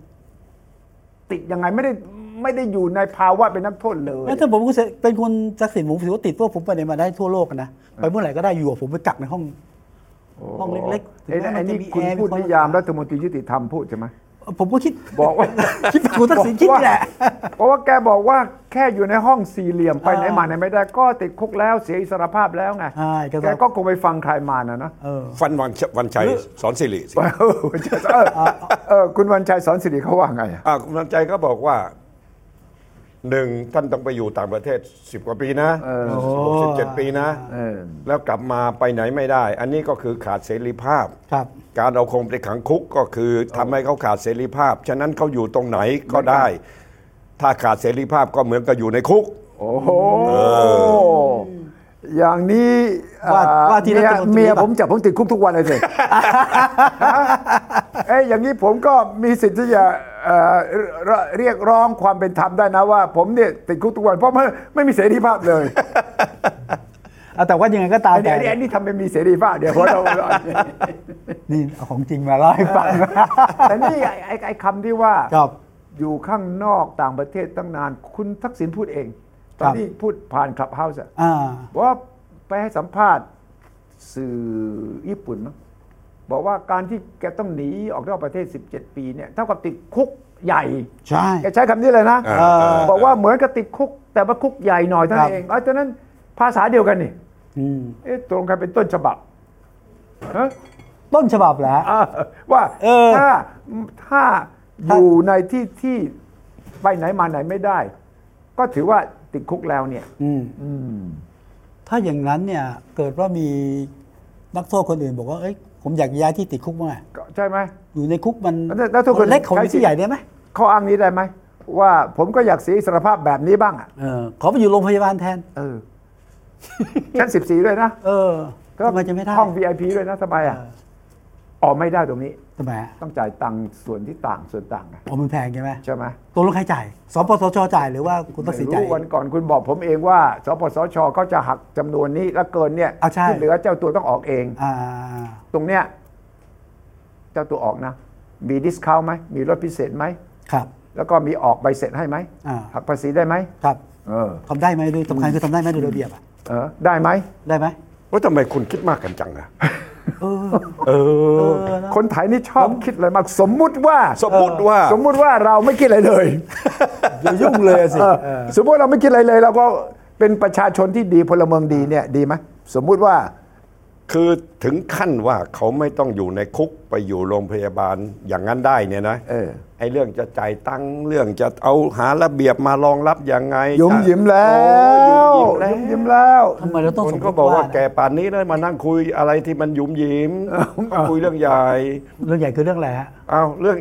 [SPEAKER 2] ติดยังไงไม่ได้ไม่ได้อยู่ในภาวะเป็นนักโทษเลย
[SPEAKER 3] แล้วถ้าผมเป็นคนศักดิ์สิทธิ์ผมถือว่าติดเพราะผมไปไหนมาได้ทั่วโลกนะไปเมื่อไหร่ก็ได้อยู่กับผมไปกักในห้อง ห้องเล็กๆ
[SPEAKER 2] ไอ้นั่น
[SPEAKER 3] ถึง
[SPEAKER 2] ไอ้
[SPEAKER 3] แม้มันจะ
[SPEAKER 2] นี่
[SPEAKER 3] มี
[SPEAKER 2] คุณ
[SPEAKER 3] แอร์
[SPEAKER 2] พูดนิ
[SPEAKER 3] มีความ
[SPEAKER 2] ยามรัฐมนตรียุติธรรมพูดใช่ไหม
[SPEAKER 3] ผมก็คิด
[SPEAKER 2] บอกว่า
[SPEAKER 3] คิดแบบคุณทักษิณคิดนี่แหละ
[SPEAKER 2] เพราะว่าแกบอกว่าแค่อยู่ในห้องสี่เหลี่ยมไปไหน
[SPEAKER 3] อ่า
[SPEAKER 2] มาไหนไม่ได้ก็ติดคุกแล้วเสียอิสรภาพแล้วไง
[SPEAKER 3] ใช่ก็
[SPEAKER 2] แกก็คงไปฟังใครมานะเนอะ
[SPEAKER 3] เออ
[SPEAKER 4] ฟันวันวันชัยสอนสิริสิ
[SPEAKER 2] เออเออเออคุณวันชัยสอนสิริเขาว่าไงอะ
[SPEAKER 4] อ่าคุณนันใจก็บอกว่าหนึ่งท่านต้องไปอยู่ต่างประเทศสิบกว่าปีนะสิบหกสิบเจ็ดปีนะ
[SPEAKER 2] เออ
[SPEAKER 4] แล้วกลับมาไปไหนไม่ได้ อันนี้ก็คือขาดเสรีภาพ
[SPEAKER 3] ครับ
[SPEAKER 4] การเอาคงไปขังคุกก็คือทำให้เขาขาดเสรีภาพ ฉะนั้นเขาอยู่ตรงไหนก็ได้ ถ้าขาดเสรีภาพก็เหมือนกับอยู่ในคุก
[SPEAKER 2] โอ้โหอย่างนี้
[SPEAKER 3] ว่า
[SPEAKER 2] อ่
[SPEAKER 3] ว่าที่รั
[SPEAKER 2] เมีย
[SPEAKER 3] ฐมนตรี
[SPEAKER 2] เมีย
[SPEAKER 3] ป่ะ
[SPEAKER 2] ผมจับผมติดคุกทุกวัน เลยสิ เอ้ยอย่างนี้ผมก็มีสิทธิ์ที่จะเอ่อเอ่อเรียกร้องความเป็นธรรมได้นะว่า ผมเนี่ยติดคุกทุกวันเพราะไม่ไม่มีเสรีภาพเลย
[SPEAKER 3] เอาแต่ว่ายังไงก็ตาม
[SPEAKER 2] อันนี้อัน
[SPEAKER 3] แต่
[SPEAKER 2] นี้อันนี้ทำเป็นมีเสรีภาพเดี๋ยวเพราะเรา
[SPEAKER 3] นี่เอาของจริงมาเล่าให้ฟัง
[SPEAKER 2] แต่นี่ไอ้ไอ้ไอ้คำที่ว่า
[SPEAKER 3] ครับ
[SPEAKER 2] อยู่ข้างนอกต่างประเทศตั้งนาน คุณทักษิณพูดเอง ตอ
[SPEAKER 3] ครั
[SPEAKER 2] น
[SPEAKER 3] บ
[SPEAKER 2] ที่พูดผ่านคลับเฮาส์อะ
[SPEAKER 3] อ่า
[SPEAKER 2] บอกว่าไปให้สัมภาษณ์สื่อญี่ปุ่นมั้งบอกว่าการที่แกต้องหนีออกนอกประเทศ 17 ปีเนี่ยเท่ากับติดคุกใหญ่
[SPEAKER 3] ใช่
[SPEAKER 2] แกใช้คำนี้เลยนะ
[SPEAKER 4] เออเออเออ
[SPEAKER 2] บอกว่าเหมือนกับติดคุก แต่ว่าคุกใหญ่หน่อยเท่านั้น
[SPEAKER 3] ครับ
[SPEAKER 2] เองเอ้ยฉะนั้นภาษาเดียวกันนี่
[SPEAKER 3] อืม
[SPEAKER 2] เอ๊ะตรงกันเป็นต้นฉบับฮะ
[SPEAKER 3] ต้นฉบับแหละ
[SPEAKER 2] อ่าว่า
[SPEAKER 3] เออ
[SPEAKER 2] ถ้าถ้าอ
[SPEAKER 3] ถ้า
[SPEAKER 2] ยู่ในที่ที่ไปไหนมาไหนไม่ได้ ก็ถือว่าติดคุกแล้วเนี่ย
[SPEAKER 3] อืมถ้าอย่างนั้นเนี่ยเกิดว่ามีนักโทษคนอื่น บอกว่าเอ้ยผมอยากย้ายที่ติดคุกมาก
[SPEAKER 2] ก็ใช่ไหม
[SPEAKER 3] อยู่ในคุกมัน
[SPEAKER 2] แล้วแล้วทุกคน
[SPEAKER 3] มัเล็กของ
[SPEAKER 2] ใช้สิทธิ์
[SPEAKER 3] ที่ใหญ่ได้ไหม
[SPEAKER 2] ข้ออ้างนี้ได้ไหม ว่าผมก็อยากเสียอิสรภาพแบบนี้บ้างอ่ะ
[SPEAKER 3] เออขอไปอยู่โรงพยาบาลแทน
[SPEAKER 2] เออชั้นสิบสี่ด้วยนะ
[SPEAKER 3] เออ
[SPEAKER 2] ก็
[SPEAKER 3] ทำไมจะไม่ได้
[SPEAKER 2] ห้อง VIP ด้วยนะทำไมอ่ะออกไม่ได้ตรงนี้
[SPEAKER 3] ทำไมอะ
[SPEAKER 2] ต้องจ่ายตังค์ส่วนที่ต่างส่วนต่างไง
[SPEAKER 3] อ๋อมันแพงใช่ไหม
[SPEAKER 2] ใช่ไหม
[SPEAKER 3] ตกลงใครจ่ายสปสชจ่ายหรือว่าคุณตัก
[SPEAKER 2] ไม่
[SPEAKER 3] สินจ่าย
[SPEAKER 2] รู้
[SPEAKER 3] เอ
[SPEAKER 2] วัน
[SPEAKER 3] ง
[SPEAKER 2] ก่อนคุณบอกผมเองว่า สปสชเขาจะหักจำนวนนี้แล้วเกินเนี่ย
[SPEAKER 3] อ่ะใช่
[SPEAKER 2] ที่เหลือเจ้าตัวต้องออกเอง
[SPEAKER 3] อ่า
[SPEAKER 2] ตรงเนี้ยเจ้าตัวออกนะ มีดิสคาวไหม มีลดพิเศษไหม
[SPEAKER 3] ครับ
[SPEAKER 2] แล้วก็มีออกใบเสร็จให้ไหม
[SPEAKER 3] อ่า
[SPEAKER 2] หักภาษีได้ไหม
[SPEAKER 3] ครับ
[SPEAKER 2] เออ
[SPEAKER 3] ทำได้ไหมดูสำคัญคือทำได้ไหมดูระเบียบอะ
[SPEAKER 2] เออได้ไหม
[SPEAKER 3] ได้ไหม
[SPEAKER 4] ว่าทำไมคุณคิดมากกันจังนะ
[SPEAKER 3] เออ
[SPEAKER 4] เอ
[SPEAKER 3] เอ
[SPEAKER 4] อ
[SPEAKER 3] อนะ
[SPEAKER 2] คนไทยนี่ชอบคิดอะไรมากสมมุติว่า
[SPEAKER 4] สมมติว่า
[SPEAKER 2] สมมุติว่าเราไม่คิดอะไรเลย
[SPEAKER 3] อย่ายุ่งเลยสิ
[SPEAKER 2] ออสมมุติเราไม่คิดอะไรเลยเราก็เป็นประชาชนที่ดีพลเมืองดีเนี่ยดีไหมสมมุติว่า
[SPEAKER 4] คือถึงขั้นว่าเขาไม่ต้องอยู่ในคุกไปอยู่โรงพยาบาลอย่างนั้นได้เนี่ยนะ
[SPEAKER 2] เออ
[SPEAKER 4] ไอ้เรื่องจะจ่ายตังค์เรื่องจะเอาหาระเบียบมารองรับยังไง
[SPEAKER 2] หยุ่มหยิมแล้วย
[SPEAKER 4] โอ้หยุ่มหยิมแล้ว
[SPEAKER 2] หมหยิมแล้ว
[SPEAKER 3] ทำไมเราต้อง
[SPEAKER 4] ค
[SPEAKER 3] สม
[SPEAKER 4] น
[SPEAKER 3] ม
[SPEAKER 4] ก็
[SPEAKER 3] ติ
[SPEAKER 4] บอกว่า
[SPEAKER 3] ว่า
[SPEAKER 4] แกป่านนี้แล้วมานั่งคุยอะไรที่มันหยุ่มหยิมคุยเรื่องใหญ่
[SPEAKER 3] เรื่องใหญ่คือเรื่องอะไรฮะ
[SPEAKER 4] เอาเรื่อง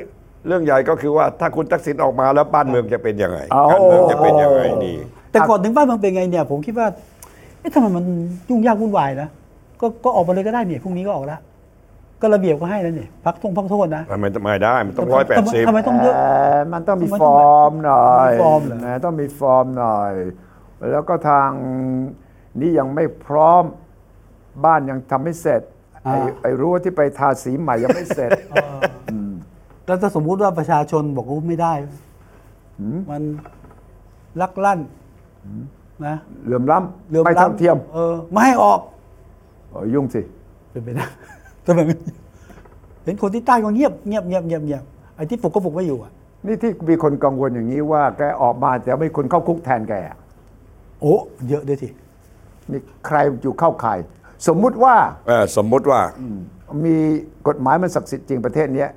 [SPEAKER 4] เรื่องใหญ่ก็คือว่าถ้าคุณทักษิณออกมาแล้วบ้านเมืองจะเป็นยังไง
[SPEAKER 2] เอา
[SPEAKER 4] การเมืองจะเป็นยังไงดี
[SPEAKER 3] แต่ก่อนถึงบ้านเมืองเป็นไงเนี่ยผมคิดว่าเอ๊ะทำไมมันยุ่งยากวุ่นวายนะก็ก็ออกมาเลยก็ได้เนี่ยพรุ่งนี้ก็ออกแล้ว ก็ระเบียบก็ให้แล้วเนี่ยพักทงพักโทษนะ
[SPEAKER 4] ทำไมไม่ได้มันต้องร้อยแปดสิบ
[SPEAKER 3] ทำไมต้องเยอะ
[SPEAKER 2] เอ่อมันต้องมี
[SPEAKER 3] ทำไม
[SPEAKER 2] ฟ
[SPEAKER 3] ต้อง
[SPEAKER 2] อ
[SPEAKER 3] แบบ
[SPEAKER 2] ร์มหน่อย
[SPEAKER 3] มีฟอร์มเหรอ
[SPEAKER 2] นะต้องมีฟอร์มหน่อย แล้วก็ทางนี้ยังไม่พร้อมบ้านยังทำไม่เสร็จไอ้ไอ้รั้วที่ไปทาสีใหม่ยังไม่เสร็จ
[SPEAKER 3] แล้วถ้าสมมุติว่าประชาชนบอกว่าไม่ได้ มันลักลั่นนะ
[SPEAKER 2] เหลื่อมล้
[SPEAKER 3] เหลื่อ
[SPEAKER 2] ำไม่เท่า
[SPEAKER 3] ล้ำ
[SPEAKER 2] เทียม
[SPEAKER 3] เออไม่ให้ออก
[SPEAKER 2] เออยุ่งสิ
[SPEAKER 3] เป็นไปได้ ทำไมไม่เห็นคนที่ใต้ก็เงียบเงียบเงียบเงียบเงียบไอ้ที่ปลุกก็ปลุกไม่อยู่อ่ะ
[SPEAKER 2] นี่ที่มีคนกังวลอย่างนี้ว่าแกออกมาแต่ไม่คนเข้าคุกแทนแกอะ
[SPEAKER 3] โอ้เยอะด้วยที
[SPEAKER 2] นี่ใครอยู่เข้าข่ายสมมุติว่า
[SPEAKER 4] เออสมมติว่า
[SPEAKER 2] มีกฎหมายมันศักดิ์สิทธิ์จริงประเทศเนี้ย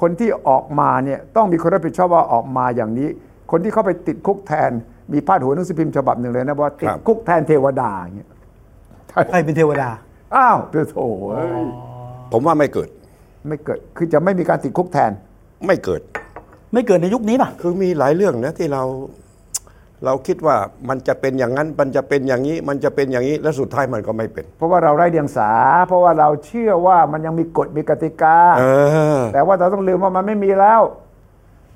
[SPEAKER 2] คนที่ออกมาเนี่ยต้องมีคนรับผิดชอบว่าออกมาอย่างนี้ คนที่เข้าไปติดคุกแทน มีพาดหัวหนังสือพิมพ์ฉบับหนึ่งเลยนะว่าติ
[SPEAKER 4] ครั
[SPEAKER 2] ด
[SPEAKER 4] บ
[SPEAKER 2] คุกแทนเทวดาอย่างเงี้ย
[SPEAKER 3] ใครเป็นเทวดา
[SPEAKER 2] อ้าวเดี๋ยวโถ่เอ้ย
[SPEAKER 4] ผมว่าไม่เกิด
[SPEAKER 2] ไม่เกิดคือจะไม่มีการติดคุกแทน
[SPEAKER 4] ไม่เกิด
[SPEAKER 3] ไม่เกิดในยุคนี้ป่ะ
[SPEAKER 4] คือมีหลายเรื่องนะที่เรา เราคิดว่ามันจะเป็นอย่างนั้น มันจะเป็นอย่างนี้ มันจะเป็นอย่างนี้ และสุดท้ายมันก็ไม่เป็น
[SPEAKER 2] เพราะว่าเราไร้เดียงสา เพราะว่าเราเชื่อว่ามันยังมีกฎมีกติกา
[SPEAKER 4] เออ
[SPEAKER 2] แต่ว่าเราต้องลืมว่ามันไม่มีแล้ว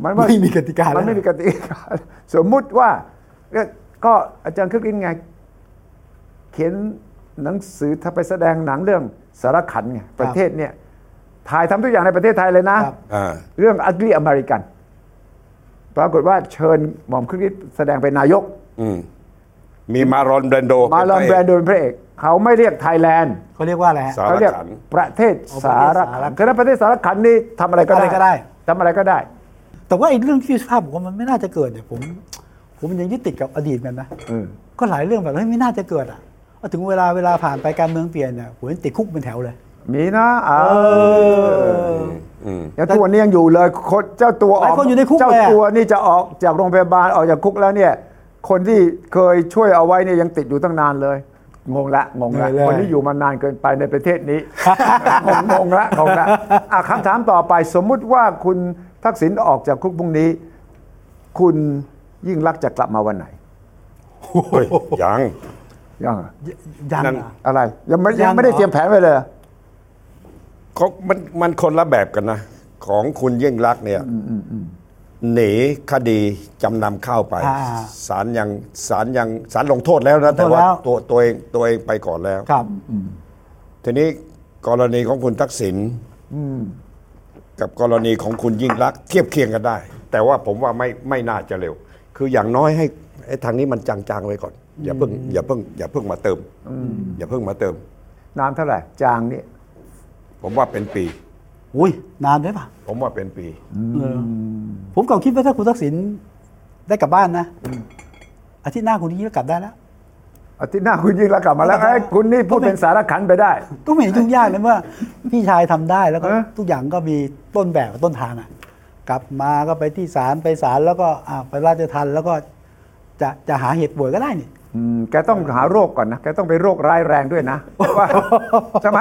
[SPEAKER 2] มันว่า
[SPEAKER 3] ไม่มีกติกา
[SPEAKER 2] มันไม่
[SPEAKER 3] แล้ว
[SPEAKER 2] มีกติกา สมมุติว่าเอ้ยก็อาจารย์ครึกฤทธิ์ไง เขียนหนังสือถ้าไปแสดงหนังเรื่องสารขันไงประเทศเนี่ย ถ่ายทำทุกอย่างในประเทศไทยเลยนะ
[SPEAKER 3] ครับ
[SPEAKER 4] อ่า
[SPEAKER 2] เรื่องอักลีอเมริกันปรากฏว่าเชิญหม่อมครึกฤทธิ์แสดงเป็นนายก
[SPEAKER 4] อืม มีมารอนแบรนโด
[SPEAKER 2] มาลอนแบรนด์โดนพระเอกเขาไม่เรียกไทยแลนด์
[SPEAKER 3] เขาเรียกว่าอะไรฮะ
[SPEAKER 4] สาร
[SPEAKER 2] เขาเรียก
[SPEAKER 4] ขัน
[SPEAKER 2] ประเทศ
[SPEAKER 3] อ๋อ
[SPEAKER 2] สาร
[SPEAKER 3] ประเทศสา
[SPEAKER 2] ขัน
[SPEAKER 3] รขัน
[SPEAKER 2] คือถ้าประเทศสารขันนี่ทำอะไรก็
[SPEAKER 3] อะไรก็ได้
[SPEAKER 2] ได้ทำอะไรก็ได้
[SPEAKER 3] แต่ว่าไอ้เรื่องที่สภาพผมว่ามันไม่น่าจะเกิดเนี่ยผม ผมยังยึดติดกับอดีตกันนะ
[SPEAKER 2] อืม
[SPEAKER 3] ก็หลายเรื่องแบบเฮ้ยไม่น่าจะเกิดอ่ะเอาถึงเวลาเวลาผ่านไปการเมืองเปลี่ยนเนี่ยผมยังติดคุกเป็นแถวเลย
[SPEAKER 2] มีนะเอ
[SPEAKER 3] เอ
[SPEAKER 2] อ
[SPEAKER 3] อ
[SPEAKER 2] ยังทุกวันนี้ยังอยู่เลยคนเจ้าตัวอ
[SPEAKER 3] หลาย
[SPEAKER 2] อก
[SPEAKER 3] คนอยู่ในคุก
[SPEAKER 2] เจ้า
[SPEAKER 3] เลยอะ
[SPEAKER 2] ตัวนี่จะออกจากโรงพยาบาลออกจากคุกแล้วเนี่ย คนที่เคยช่วยเอาไว้เนี่ยยังติดอยู่ตั้งนานเลย งงละงงละ
[SPEAKER 3] เหนื่อยเลย
[SPEAKER 2] คนที่อยู่มานานเกินไปในประเทศนี้ งงงงละงงละอ่ะคำถามต่อไปสมมุติว่าคุณทักษิณออกจากคุกพรุ่งนี้ คุณยิ่งรักษณ์จะกลับมาวันไหน
[SPEAKER 4] เฮ้ยยัง
[SPEAKER 2] ยังอะ
[SPEAKER 3] ยัง
[SPEAKER 4] นั่น
[SPEAKER 3] อะ
[SPEAKER 2] อะไรยังไม่ยังไม่ได้
[SPEAKER 3] ยัง
[SPEAKER 2] เต
[SPEAKER 3] เหรอ
[SPEAKER 2] รียมแผนไว้เลยเหรอ
[SPEAKER 4] เขามันมันคนละแบบกันนะ ของคุณยิ่งรักษณ์เนี่ยหนีคดีจำนำข้าวไป
[SPEAKER 3] อ่า
[SPEAKER 4] ศาลยังศาลยังศาลลงโทษแล้วนะ แต่ว่า
[SPEAKER 3] ลงโทษแล้ว
[SPEAKER 4] ตัวตัวเองตัวเองไปก่อนแล้ว
[SPEAKER 3] ครับ
[SPEAKER 4] ทีนี้กรณีของคุณทักษิณกับกรณีของคุณยิ่งรักษณ์เทียบเคียงกันได้ แต่ว่าผมว่าไม่ไม่น่าจะเร็ว คืออย่างน้อยให้ไอ้ทางนี้มันจางๆไว้ก่อน อย่าเพิ่งอย่าเพิ่งอย่าเพิ่งมาเติมอย่าเพิ่งมาเติม
[SPEAKER 2] นานเท่าไหร่จางนี่
[SPEAKER 4] ผมว่าเป็นปี
[SPEAKER 3] อุ้ยนานไหมปะ
[SPEAKER 4] ผมว่าเป็นปี
[SPEAKER 3] เออผมก็คิดว่าถ้าคุณทักษิณได้กลับบ้านนะอาทิตย์หน้าคุณยิ่งรักษณ์กลับได้แล้ว
[SPEAKER 2] อาทิตย์หน้าคุณยิ่งรักษณ์กลับมาแล้วเอ้ยคุณนี่พูดเป็นสารขันไปได้
[SPEAKER 3] ก็ไม่เห็นยุ่งยากเลยว่า พี่ชายทำได้แล้วก็
[SPEAKER 2] เออ
[SPEAKER 3] ทุกอย่างก็มีต้นแบบกับต้นทางอ่ะ กลับมาก็ไปที่ศาลไปศาลแล้วก็อ่ะไปราชทันแล้วก็จะจะหาเหตุป่วยก็ได้นี่
[SPEAKER 2] อืมแกต้องหาโรคก่อนนะ แกต้องไปโรคร้ายแรงด้วยนะว่าใช่ไหม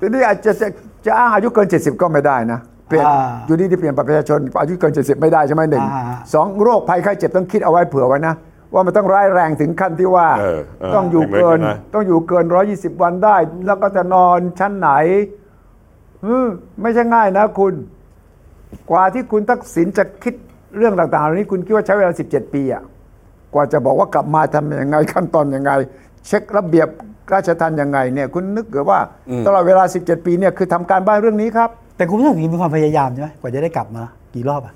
[SPEAKER 2] ทีนี้อาจจะจะจะอ้างอายุเกิน 70 ก็ไม่ได้นะ เปลี่ยน
[SPEAKER 3] อ่า
[SPEAKER 2] อยู่ดีที่เปลี่ยนบัตรประชาชนอายุเกิน 70 ไม่ได้ใช่ไหมหนึ่ง
[SPEAKER 3] อ่าฮะ
[SPEAKER 2] สองโรคภัยไข้เจ็บต้องคิดเอาไว้เผื่อไว้นะ ว่ามันต้องร้ายแรงถึงขั้นที่ว่า
[SPEAKER 4] เออเออ
[SPEAKER 2] ต้องอยู่เกิน
[SPEAKER 4] ไม่ไม่ไม่
[SPEAKER 2] ต้องอยู่เกิน 120 วันได้ แล้วก็จะนอนชั้นไหนอืมไม่ใช่ง่ายนะคุณ กว่าที่คุณทักษิณจะคิดเรื่องต่างๆเหล่านี้คุณคิดว่าใช้เวลา 17 ปีอะกว่าจะบอกว่ากลับมาทำยังไงขั้นตอนยังไง เช็คระเบียบราชทัณฑ์ยังไงเนี่ยคุณนึกเหรือว่าตลอดเวลา 17 ปีเนี่ยคือทำการบ้านเรื่องนี้ครับ
[SPEAKER 3] แต่คุณทักษิณมีความพยายามใช่ไหมกว่าจะได้กลับมา กี่รอบอ่ะ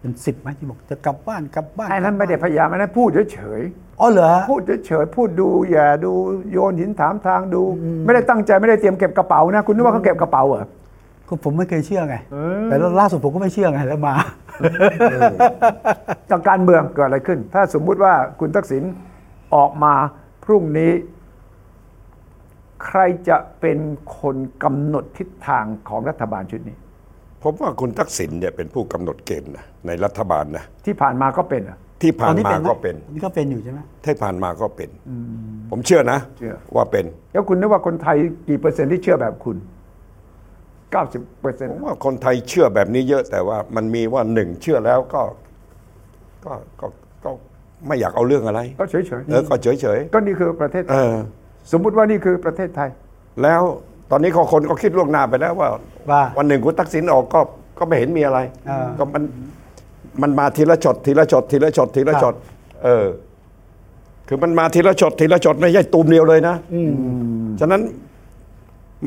[SPEAKER 3] เป็นสิบไหมที่บอกจะกลับบ้านกลับบ้าน
[SPEAKER 2] ไอ้นั้นไม่ได้พยายามไอ้นั้นพูดเฉย
[SPEAKER 3] อ๋อเหรอฮะ
[SPEAKER 2] ๆพูดเฉยๆพูดดูอย่าดูโยนหินถามทางดู ไม่ได้ตั้งใจไม่ได้เตรียมเก็บกระเป๋านะ คุณนึกว่าเขาเก็บกระเป๋าเหรอ
[SPEAKER 3] ก็ผมไม่เคยเชื่อไง แต่ล่าสุดผมก็ไม่เชื่อไงแล้วมา
[SPEAKER 2] ทางการเมืองเกิดอะไรขึ้น ถ้าสมมุติว่าคุณทักษิณออกมาพรุ่งนี้ ใครจะเป็นคนกำหนดทิศทางของรัฐบาลชุดนี้
[SPEAKER 4] ผมว่าคุณทักษิณเนี่ยเป็นผู้กำหนดเกมนะในรัฐบาลนะ
[SPEAKER 2] ที่ผ่านมาก็เป็นเหรอ
[SPEAKER 4] ที่ผ่า
[SPEAKER 3] ตอน นี้
[SPEAKER 4] มา
[SPEAKER 3] เป็นไหม
[SPEAKER 4] ก็เป็น
[SPEAKER 3] นี่ก็เป็นอยู่ใช่ไหม
[SPEAKER 4] ที่ผ่านมาก็เป็น ผมเชื่อนะ
[SPEAKER 2] เชื่อ
[SPEAKER 4] ว่าเป็น
[SPEAKER 2] แล้วคุณนึกว่าคนไทยกี่เปอร์เซ็นต์ที่เชื่อแบบคุณ 90เปอร์เซ็น
[SPEAKER 4] ผ
[SPEAKER 2] ต์
[SPEAKER 4] มว่าคนไทยเชื่อแบบนี้เยอะแต่ว่ามันมีว่าหนึ่งเชื่อแล้วก็ก็ก็ก็ไม่อยากเอาเรื่องอะไร
[SPEAKER 2] ก็เฉย
[SPEAKER 4] เออก็เฉยเฉย
[SPEAKER 2] ๆก็นี่คือประเทศ
[SPEAKER 4] ๆ
[SPEAKER 2] ไท
[SPEAKER 4] เอย อ
[SPEAKER 2] สมมุติว่านี่คือประเทศไทย
[SPEAKER 4] แล้วตอนนี้ก็คนก็คิดล่วงหน้าไปแล้วว่า
[SPEAKER 3] ว่า
[SPEAKER 4] วันหนึ่งคุณทักษิณออกก็ก็ไม่เห็นมีอะไร
[SPEAKER 3] เออ
[SPEAKER 4] ก็มันมันมาทีละช็อตทีละช็อตทีละช็อตทีละช็อตเออ คือมันมาทีละช็อตทีละช็อตไม่ใช่ตูมเดียวเลยนะฉะนั้น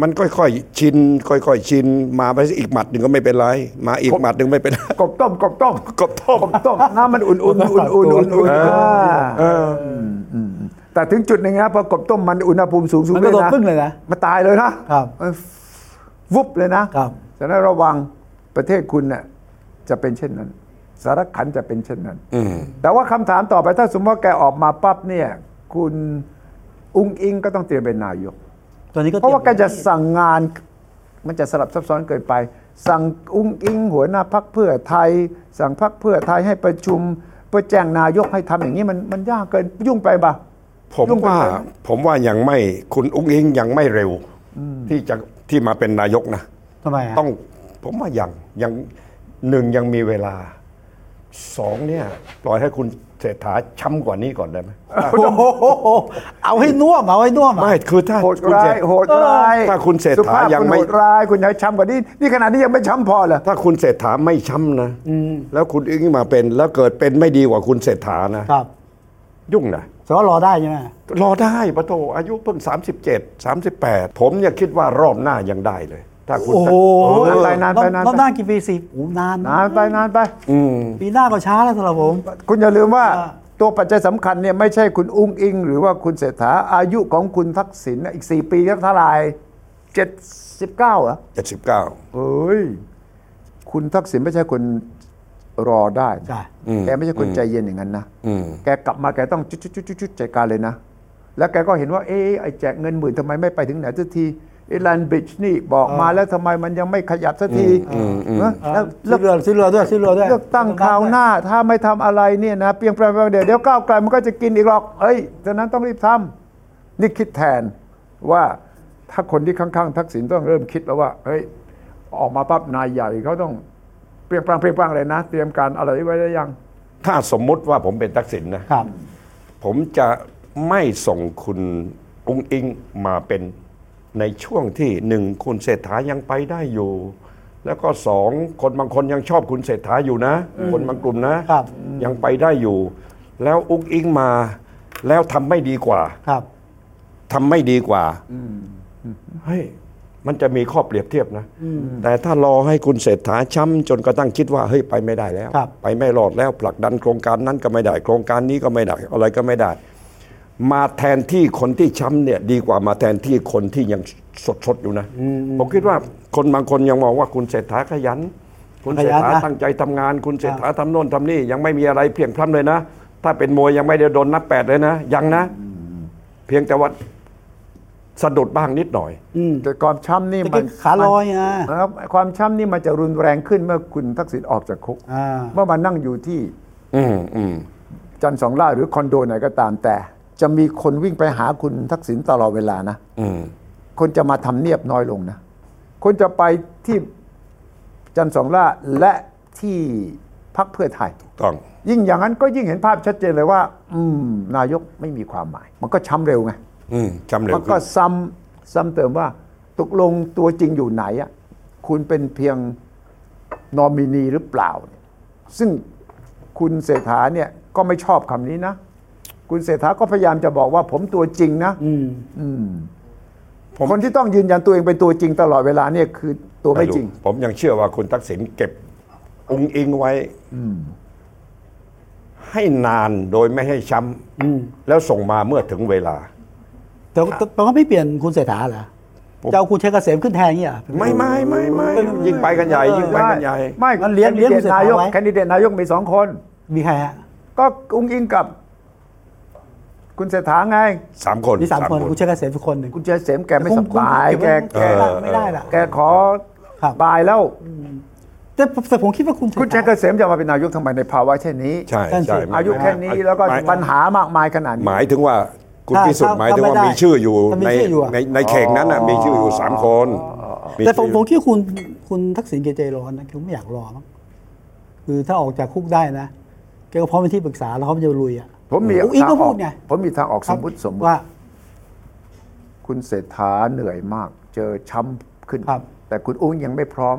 [SPEAKER 4] มันค่อยๆชินค่อยๆชินมาไปอีกหมัดหนึ่งก็ไม่เป็นไร มาอีกหมัดหนึ่งไม่เป็นไร
[SPEAKER 2] กบต้มกบต้ม
[SPEAKER 4] กบต้ม
[SPEAKER 2] กบต้มน้ำมันอุ่นๆอุ่นๆอุ่นๆอุ่นๆอ่าแต่ถึงจุดหนึ่งนะพอกบต้มมันอุณหภูมิสูงสูง
[SPEAKER 3] มันก็
[SPEAKER 2] ด้วย
[SPEAKER 3] โดน
[SPEAKER 2] นะ
[SPEAKER 3] พึ่งเลยนะ
[SPEAKER 2] มันตายเลยนะครับ เออวุบเลยนะครับ ฉะนั้นระวังประเทศคุณเนี่ยจะเป็นเช่นนั้น สารขันจะเป็นเช่นนั้นแต่ว่าคำถามต่อไปถ้าสมมติว่าแกออกมาปั๊บเนี่ย คุณอุงอิงก็ต้องเตรียมเป็นนายก
[SPEAKER 3] ตอนนี้ก็
[SPEAKER 2] เพราะว่าแก
[SPEAKER 3] ตยม
[SPEAKER 2] จะสั่งงานมันจะสลับซับซ้อนเกินไป สั่งอุ้งอิงหัวหน้าพักเพื่อไทย สั่งพักเพื่อไทยให้ประชุม เพื่อแจ้งนายกให้ทำอย่างนี้มันมันยากเกินยุ่งไปปะ
[SPEAKER 4] ผม
[SPEAKER 2] ยุ่งไป
[SPEAKER 4] ว่า
[SPEAKER 2] ไห
[SPEAKER 4] ผมว่ายังไม่คุณอุ้งอิงยังไม่เร็ว ที่จะที่มาเป็นนายกนะ
[SPEAKER 3] ทำไมอะ
[SPEAKER 4] ต้องผมว่ายังยังหนึ่งยังมีเวลา สองเนี่ยปล่อยให้คุณเศรษฐาช้ำกว่านี้ก่อนได้ไหม
[SPEAKER 3] โอ้โหเอาให้น่วมเอาให้น่วมอะ
[SPEAKER 4] ไม่คือถ้า
[SPEAKER 2] โหด
[SPEAKER 4] คุณ
[SPEAKER 2] ร้า
[SPEAKER 4] เศรษ
[SPEAKER 2] ย
[SPEAKER 4] ฐ
[SPEAKER 2] โหดร้าย
[SPEAKER 4] ถ้าคุณเศรษ
[SPEAKER 2] สุ
[SPEAKER 4] ฐา
[SPEAKER 2] ภาพ
[SPEAKER 4] ยัง
[SPEAKER 2] คุณ
[SPEAKER 4] ไม่
[SPEAKER 2] โหดร้าย คุณอยายช้ำกว่านี้ นี่ขนาดนี้ยังไม่ช้ำพอเหรอ
[SPEAKER 4] ถ้าคุณเศรษฐาไม่ช้ำนะแล้วคุณอิงมาเป็น แล้วเกิดเป็นไม่ดีกว่าคุณเศรษฐานะครับ ยุ่งนะ
[SPEAKER 3] แต่ว่ารอได้ใช่ไหม
[SPEAKER 4] รอได้ปะโทอายุเพิ่ง 37 38 ผมเนี่ยคิดว่ารอบหน้ายังได้เลย ถ้าคุณ
[SPEAKER 3] โอ้โห
[SPEAKER 2] เออ
[SPEAKER 3] รอบ
[SPEAKER 2] ไปนานไปนานไป
[SPEAKER 3] รอบหน้ากี่ปีสิโอ้นาน
[SPEAKER 2] นานไปนานไป
[SPEAKER 4] อืม
[SPEAKER 3] ปีหน้าก็ช้าแล้วสำหรับผม
[SPEAKER 2] คุณอย่าลืมว่า
[SPEAKER 3] อ่า
[SPEAKER 2] ตัวปัจจัยสำคัญเนี่ยไม่ใช่คุณอุ้งอิง หรือว่าคุณเศรษฐาอายุของคุณทักษิณอีก 4 ปีเท่าไหร่79เหรอ
[SPEAKER 4] 79
[SPEAKER 2] เอ้ย คุณทักษิณไม่ใช่คนรอได้นะ
[SPEAKER 3] ใช่
[SPEAKER 2] แกไม่ใช่คนใจเย็นอย่างนั้นนะ
[SPEAKER 4] อืม
[SPEAKER 2] แกกลับมาแกต้องจุดๆๆๆจัดการเลยนะ แล้วแกก็เห็นว่า เอ๊ะไอ้แจกเงินหมื่นทำไมไม่ไปถึงไหนสักทีไอ้แลนบริดจ์นี่บอกมาแล้วทำไมมันยังไม่ขยับสักทีเอ้ยแล้วแล้
[SPEAKER 3] เลื
[SPEAKER 2] ว
[SPEAKER 3] อกเรือซื้อเรือด้วยซื้อเรือด้วย
[SPEAKER 2] เลือกตั้งคราวหน้าถ้าไม่ทำอะไรเนี่ยนะเปรียงแปลงเดี๋ยวเดี๋ยวก้าวไกลมันก็จะกินอีกหรอกเอ้ยดังนั้นต้องรีบทำนี่คิดแทนว่าถ้าคนที่ข้างๆทักษิณต้องเริ่มคิดแล้วว่าเฮ้ยออกมาปั๊บนายใหญ่เขาต้องเปรียงปรางเปรียงปรางเลยนะ เตรียมการอะไรไว้ได้ยัง
[SPEAKER 4] ถ้าสมมุติว่าผมเป็นทักษิณนะ
[SPEAKER 3] ครับ
[SPEAKER 4] ผมจะไม่ส่งคุณองค์อิงมาเป็นในช่วงที่หนึ่งคุณเศรษฐายังไปได้อยู่ แล้วก็สองคนบางคนยังชอบคุณเศรษฐาอยู่นะ คนบางกลุ่มนะ
[SPEAKER 3] ครับ
[SPEAKER 4] ยังไปได้อยู่ แล้วองค์อิงมาแล้วทำไม่ดีกว่า
[SPEAKER 3] ครับ
[SPEAKER 4] ทำไม่ดีกว่าเฮ้ยมันจะมีข้อเปรียบเทียบนะ แต่ถ้ารอให้คุณเศรษฐาช้ำจนกระทั่งคิดว่าเฮ้ยไปไม่ได้แล้ว
[SPEAKER 3] ครับ
[SPEAKER 4] ไปไม่รอดแล้วผลักดันโครงการนั้นก็ไม่ได้ โครงการนี้ก็ไม่ได้ อะไรก็ไม่ได้ มาแทนที่คนที่ช้ำเนี่ยดีกว่ามาแทนที่คนที่ยังสดสดๆอยู่นะผมคิดว่าคนบางคนยังมองว่าคุณเศรษฐาขยัน คุณเศรษ
[SPEAKER 3] ขยั
[SPEAKER 4] ฐาน
[SPEAKER 3] นะ
[SPEAKER 4] ตั้งใจทำงาน คุณเศรษฐาทำโน่นทำนี่ยังไม่มีอะไรเพียงพร่ำเลยนะ ถ้าเป็นมวยยังไม่ได้โดนนับแปดเลยนะยังนะ เพียงแต่ว่าสะดุดบ้างนิดหน่อย
[SPEAKER 2] แต่ความช้ำนี่
[SPEAKER 3] แต่
[SPEAKER 2] มั
[SPEAKER 3] ก็
[SPEAKER 2] น
[SPEAKER 3] ขาลอยนะ
[SPEAKER 2] นะครับความช้ำนี่มันจะรุนแรงขึ้นเมื่อคุณทักษิณออกจากคุก
[SPEAKER 3] อ่า
[SPEAKER 2] เมื่อมานั่งอยู่ที่
[SPEAKER 4] อืมอืม
[SPEAKER 2] จันทร์สองล่าหรือคอนโดไหนก็ตามแต่ จะมีคนวิ่งไปหาคุณทักษิณตลอดเวลานะ
[SPEAKER 4] อืม
[SPEAKER 2] คนจะมาทำเนียบน้อยลงนะ คนจะไปที่จันทร์สองล่าและที่พักเพื่อไทย
[SPEAKER 4] ต้อง
[SPEAKER 2] ยิ่งอย่างนั้นก็ยิ่งเห็นภาพชัดเจนเลยว่า อืม นายกไม่มีความหมาย มันก็ช้ำเร็วไง
[SPEAKER 4] อืมจำเร็ว
[SPEAKER 2] มัน
[SPEAKER 4] ขึ้
[SPEAKER 2] ก็
[SPEAKER 4] น
[SPEAKER 2] ซ้ำซ้ำเติมว่าตกลงตัวจริงอยู่ไหนอ่ะคุณเป็นเพียงนอมินีหรือเปล่าเนี่ยซึ่งคุณเศรษฐาเนี่ยก็ไม่ชอบคำนี้นะ คุณเศรษฐาก็พยายามจะบอกว่าผมตัวจริงนะ
[SPEAKER 3] อืม
[SPEAKER 2] คนที่ต้องยืนยันตัวเองเป็นตัวจริงตลอดเวลาเนี่ยคือตัวไม่จริง
[SPEAKER 4] ผมยังเชื่อว่าคุณทักษิณเก็บองค์อิงไว้ให้นานโดยไม่ให้ช้ำแล้วส่งมาเมื่อถึงเวลา
[SPEAKER 3] แต่แต่แต่ว่าไม่เปลี่ยนคุณเศรษฐาเหรอ
[SPEAKER 4] ผม
[SPEAKER 3] จะเอาคุณเชษฐเกษมขึ้นแทนอย่างเงี้ยเหรอ
[SPEAKER 4] ไม่ไม่ไม่ไม่ยิ่งไปกันใหญ่ยิ่งไปกันใหญ่
[SPEAKER 2] ไม่
[SPEAKER 3] งั้นเลี้ยง
[SPEAKER 2] แคนดิ
[SPEAKER 3] เลี้
[SPEAKER 2] เด
[SPEAKER 3] ยง
[SPEAKER 2] ตนายก
[SPEAKER 3] เศรษฐาไว้
[SPEAKER 2] แคนดิเดตนายกมีสองคน
[SPEAKER 3] มีใครฮะ
[SPEAKER 2] ก็อุ้งอิงกับ คุณเศรษฐาไง
[SPEAKER 4] สามคน
[SPEAKER 3] มีสามคนคุณเชษฐเกษมทุกคนหนึ่ง
[SPEAKER 2] คุณเจเสมแกไม่สบาย
[SPEAKER 3] คุณ
[SPEAKER 2] แก
[SPEAKER 3] คุณ
[SPEAKER 2] แก
[SPEAKER 3] เก็บไว้ไม่ได้ละ
[SPEAKER 2] แกขอ
[SPEAKER 3] ครับ
[SPEAKER 2] บายแล้ว
[SPEAKER 3] แต่แต่ผมคิดว่าคุณเศรษฐา
[SPEAKER 2] คุณชัยเกษมจะมาเป็นนายกทำไมในภาวะเช่นนี้
[SPEAKER 4] ใช่ใช่
[SPEAKER 2] อายุแค่นี้แล้วก็
[SPEAKER 4] หมาย
[SPEAKER 2] ปัญหามากมายขนาด
[SPEAKER 4] ห
[SPEAKER 2] นี้
[SPEAKER 4] มายถึงว่าคุณ
[SPEAKER 3] ถ้า
[SPEAKER 4] พิสุท
[SPEAKER 3] ถ้า
[SPEAKER 4] ธิ์หมายถึง
[SPEAKER 3] ถ้า
[SPEAKER 4] ว่า
[SPEAKER 3] ไม่ได้
[SPEAKER 4] มีชื่ออยู่
[SPEAKER 3] ถ้ามี
[SPEAKER 4] ใน
[SPEAKER 3] ชื่ออยู่อะ
[SPEAKER 4] ในในเข่งนั้นน่ะมีชื่ออยู่สามคน
[SPEAKER 3] แต่ผม
[SPEAKER 4] ชื่อ
[SPEAKER 3] ผมคิดว่าคุณคุณทักษิณเกเจร้อนนะคือไม่อยากรอมั้งคือถ้าออกจากคุกได้นะแกก็พร้อมเป็นที่ปรึกษาแล้วพร้อมจะลุยอ่ะ
[SPEAKER 2] ผมมี
[SPEAKER 3] อุ๊ยอิงก็
[SPEAKER 2] ทางอ
[SPEAKER 3] พู
[SPEAKER 2] อ
[SPEAKER 3] ดไง
[SPEAKER 2] ผมมีทางออก
[SPEAKER 3] ค
[SPEAKER 2] ส
[SPEAKER 3] รับ
[SPEAKER 2] มมติสมมติ
[SPEAKER 3] ว่า
[SPEAKER 2] คุณเศรษฐาเหนื่อยมาก เจอช้ำขึ้น
[SPEAKER 3] ครับ
[SPEAKER 2] แต่คุณอุ้งยังไม่พร้อม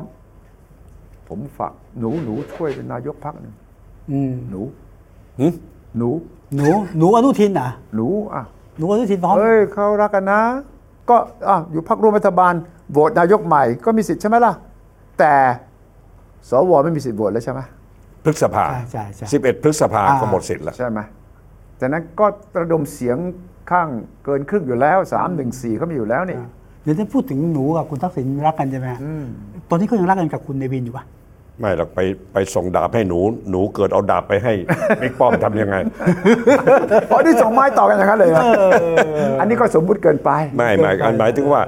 [SPEAKER 2] ผมฝากหนูหนูช่วยเป็นนายกพักหนึ่ง
[SPEAKER 3] อืม
[SPEAKER 2] หนู
[SPEAKER 4] หึ
[SPEAKER 2] หนู
[SPEAKER 3] หนูหนูอนุทินอ่ะ
[SPEAKER 2] หนูอ่ะ
[SPEAKER 3] หนูอนุทินพร้อม
[SPEAKER 2] เอ้ยเขารักกันนะ ก็อ่ะอยู่พักร่วมรัฐบาลโหวตนายกใหม่ก็มีสิทธิ์ใช่ไหมล่ะ แต่สวไม่มีสิทธิ์โหวตแล้วใช่ไหม
[SPEAKER 4] พฤษภา
[SPEAKER 3] ใช่ใช่
[SPEAKER 4] สิบเอ็ดพฤษภา
[SPEAKER 3] อ่า
[SPEAKER 4] ก็หมดสิทธิ์แล้ว
[SPEAKER 2] ใช่ไหมจากนั้นก็ระดมเสียงข้างเกินครึ่งอยู่แล้ว 3 1 4 เขามีอยู่แล้วนี่
[SPEAKER 3] เดี๋ยวถ้าพูดถึงหนูกับคุณทักษิณรักกันใช่ไหมฮะตอนนี้ก็ยังรักกันกับคุณเนวินอยู่ปะ
[SPEAKER 4] ไม่หรอกไปไปส่งดาบให้หนู หนูเกิดเอาดาบไป ให้ บิ๊กป้อมทำยังไง
[SPEAKER 2] พอที่ส่งไม้ต่อกันอย่างนั้นเลยนะอันนี้ก็สมมุติเกินไป
[SPEAKER 4] ไม่หมายอันหมายถึงว่า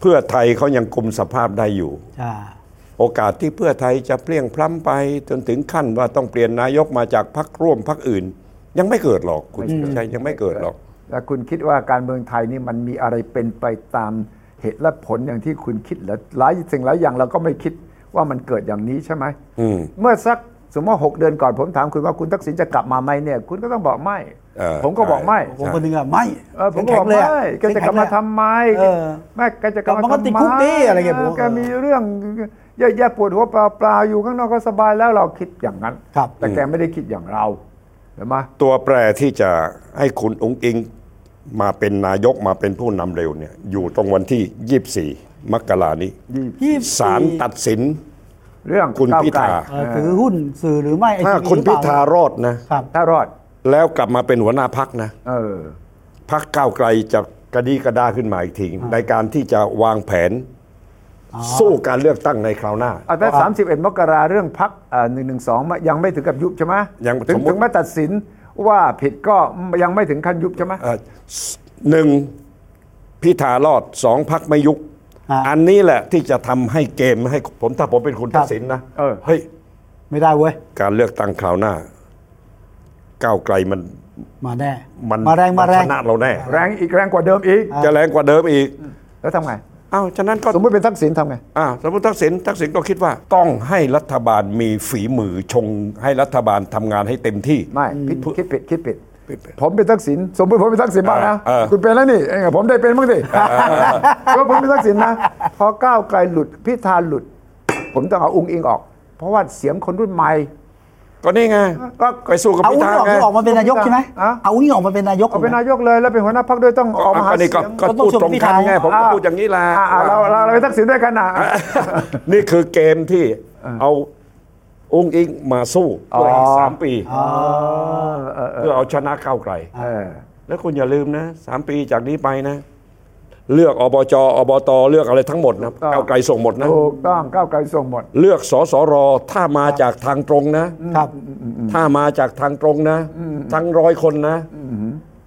[SPEAKER 4] เพื่อไทยเขายังคุมสภาพได้อยู่
[SPEAKER 3] อ่า
[SPEAKER 4] โอกาสที่เพื่อไทยจะเปลี่ยงพล้ำไป จนถึงขั้นว่าต้องเปลี่ยนนายกมาจากพรรคร่วมพรรคอื่น ยังไม่เกิดหรอกคุณสุภาชัยยังไม่เกิดหรอก
[SPEAKER 2] แล้วคุณคิดว่าการเมืองไทยนี่มันมีอะไรเป็นไปตามเหตุและผลอย่างที่คุณคิดเหรือหลายสิ่งหลายอย่างเราก็ไม่คิดว่ามันเกิดอย่างนี้ใช่ไหม
[SPEAKER 4] อืม
[SPEAKER 2] เมื่อสัก สมมติว่าหกเดือนก่อนผมถามคุณว่าคุณทักษิณจะกลับมาไหมเนี่ย คุณก็ต้องบอกไม่
[SPEAKER 4] เออ
[SPEAKER 2] ผมก็บอกไม่
[SPEAKER 4] ใช่
[SPEAKER 3] ผมคนหนึ่งอะไม่
[SPEAKER 2] เออผมก็บอก
[SPEAKER 3] แข็งๆเลยอะ
[SPEAKER 2] ไม่แกจะกลับมาทำไม
[SPEAKER 3] เออ
[SPEAKER 2] แม่แกจะกลับมาก
[SPEAKER 3] ลับมาก็ติดคุกดิอะไรเงี้ยผม
[SPEAKER 2] เแกมีเรื่องเยอะแยะปวดหัวเปล่าๆอยู่ข้างนอกก็สบายแล้วเราคิดอย่างนั้น
[SPEAKER 3] ครับ
[SPEAKER 2] แต่แกไม่ได้คิดอย่างเราเห็นไหม
[SPEAKER 4] ตัวแปรที่จะให้คุณองค์อิงมาเป็นนายกมาเป็นผู้นำเร็วเนี่ยอยู่ตรงวันที่ 24 มกรานี้
[SPEAKER 3] ยี่สิบ
[SPEAKER 4] ศาลตัดสิน
[SPEAKER 2] เรื่อง
[SPEAKER 4] คุณ
[SPEAKER 2] ก้ว
[SPEAKER 4] พิธา
[SPEAKER 2] ไกล
[SPEAKER 3] เอ่อถือหุ้นสื่อหรือไม่ไอ้
[SPEAKER 4] ถ้า
[SPEAKER 3] สิ่งนี้
[SPEAKER 4] คุณ
[SPEAKER 3] ห
[SPEAKER 4] พิ
[SPEAKER 3] รือเปล่
[SPEAKER 4] ธารอดนะ
[SPEAKER 3] ครับ
[SPEAKER 2] ถ้ารอด
[SPEAKER 4] แล้วกลับมาเป็นหัวหน้าพักนะ
[SPEAKER 2] เออ
[SPEAKER 4] พักก้าวไกลจะกระดีกระดาขึ้นมาอีกทีในการที่จะวางแผน สู้การเลือกตั้งในคราวหน้า
[SPEAKER 2] เอาแต่31 มกราเรื่องพักหนึ่งหนึ่งสองยังไม่ถึงกับยุบใช่ไหม
[SPEAKER 4] ยัง
[SPEAKER 2] ถึ
[SPEAKER 4] ส
[SPEAKER 2] ง
[SPEAKER 4] มมุติ
[SPEAKER 2] ถึงมาตัดสินว่าผิดก็ยังไม่ถึงขั้นยุบใช่ไหม
[SPEAKER 4] เอ่อหนึ่งพิธารอดสองพักไม่ยุบ
[SPEAKER 3] ฮะ
[SPEAKER 4] อันนี้แหละที่จะทำให้เกมให้ผมถ้าผมเป็นคุณ
[SPEAKER 3] ครั
[SPEAKER 4] ทั
[SPEAKER 3] บ
[SPEAKER 4] กษิณนะ
[SPEAKER 2] เออ
[SPEAKER 4] เฮ้ย
[SPEAKER 3] ไม่ได้เว้ย
[SPEAKER 4] การเลือกตั้งคราวหน้า ก้าวไกลมัน
[SPEAKER 3] มาแน่
[SPEAKER 4] มัน
[SPEAKER 3] มาแรงมาแรง
[SPEAKER 4] ชนะเราแน่
[SPEAKER 2] แรงอีกแรงกว่าเดิมอีก
[SPEAKER 4] จะแรงกว่าเดิมอีก
[SPEAKER 2] แล้วทำไง
[SPEAKER 4] อ้าวฉะนั้นก็
[SPEAKER 2] สมมติเป็นทักษิณทำไง
[SPEAKER 4] อ่าสมมติทักษิณทักษิณก็คิดว่า ต้องให้รัฐบาลมีฝีมือชงให้รัฐบาลทำงานให้เต็มที่
[SPEAKER 2] ไม่ผิดคิดผิดคิดผิด
[SPEAKER 4] ผิดผิด
[SPEAKER 2] ผมเป็นทักษิณสมมติผมเป็นทักษิณบ้างนะ
[SPEAKER 4] เออเออ
[SPEAKER 2] คุณเป็นแล้วนี่เองอะผมได้เป็นบ้างสิก็ผมเป็นทักษิณนะ พอก้าวไกลหลุดพิธาหลุด ผมต้องเอาอุ้งอิงออก เพราะว่าเสียงคนรุ่นใหม่
[SPEAKER 4] ก็นี่ไง
[SPEAKER 2] ก็
[SPEAKER 4] ก็ไปสู้กับ
[SPEAKER 3] เอา
[SPEAKER 4] พิ
[SPEAKER 3] อุ้ง
[SPEAKER 4] ธา
[SPEAKER 3] ออก
[SPEAKER 4] ไง
[SPEAKER 3] นี่ออกมาเป็นนายกใช่ไหม
[SPEAKER 2] อ่ะ
[SPEAKER 3] เอาอุ้งออกมาเป็นนายก
[SPEAKER 2] เอาเป็น
[SPEAKER 3] ถูกไหม
[SPEAKER 2] นายกเลยแล้วเป็นหัวหน้าพักด้วยต้องออกมาหา
[SPEAKER 4] ก็
[SPEAKER 2] เสี
[SPEAKER 4] นี่
[SPEAKER 2] ย
[SPEAKER 4] ก็
[SPEAKER 2] ง
[SPEAKER 4] ก็
[SPEAKER 3] ก็ต้
[SPEAKER 4] พู
[SPEAKER 3] อง
[SPEAKER 4] ดตรง
[SPEAKER 3] ชม
[SPEAKER 4] กัน
[SPEAKER 3] พิธา
[SPEAKER 4] ไงผมก็พูดอย่างนี้แหละ
[SPEAKER 2] อ่าอ่าเรา
[SPEAKER 4] ว่า
[SPEAKER 2] เราเราไปทักษิณด้วยกันนะอ่ะ
[SPEAKER 4] นี่คือเกมที่เอาองค์อิงมาสู้เพื่ออีก
[SPEAKER 2] อ๋อ
[SPEAKER 4] สามปี
[SPEAKER 2] เออเออ
[SPEAKER 4] เพื่อเอาชนะก้าวไกล
[SPEAKER 2] เออ
[SPEAKER 4] แล้วคุณอย่าลืมนะสามปีจากนี้ไปนะ เลือกอบจอบตเลือกอะไรทั้งหมดนะก้าวไกลส่งหมดนะ
[SPEAKER 2] ถูกต้องก้าวไกลส่งหมด
[SPEAKER 4] เลือกสสรถ้ามาจากทางตรงนะ
[SPEAKER 3] ครับ
[SPEAKER 4] ถ้ามาจากทางตรงนะ ทั้งร้อยคนนะ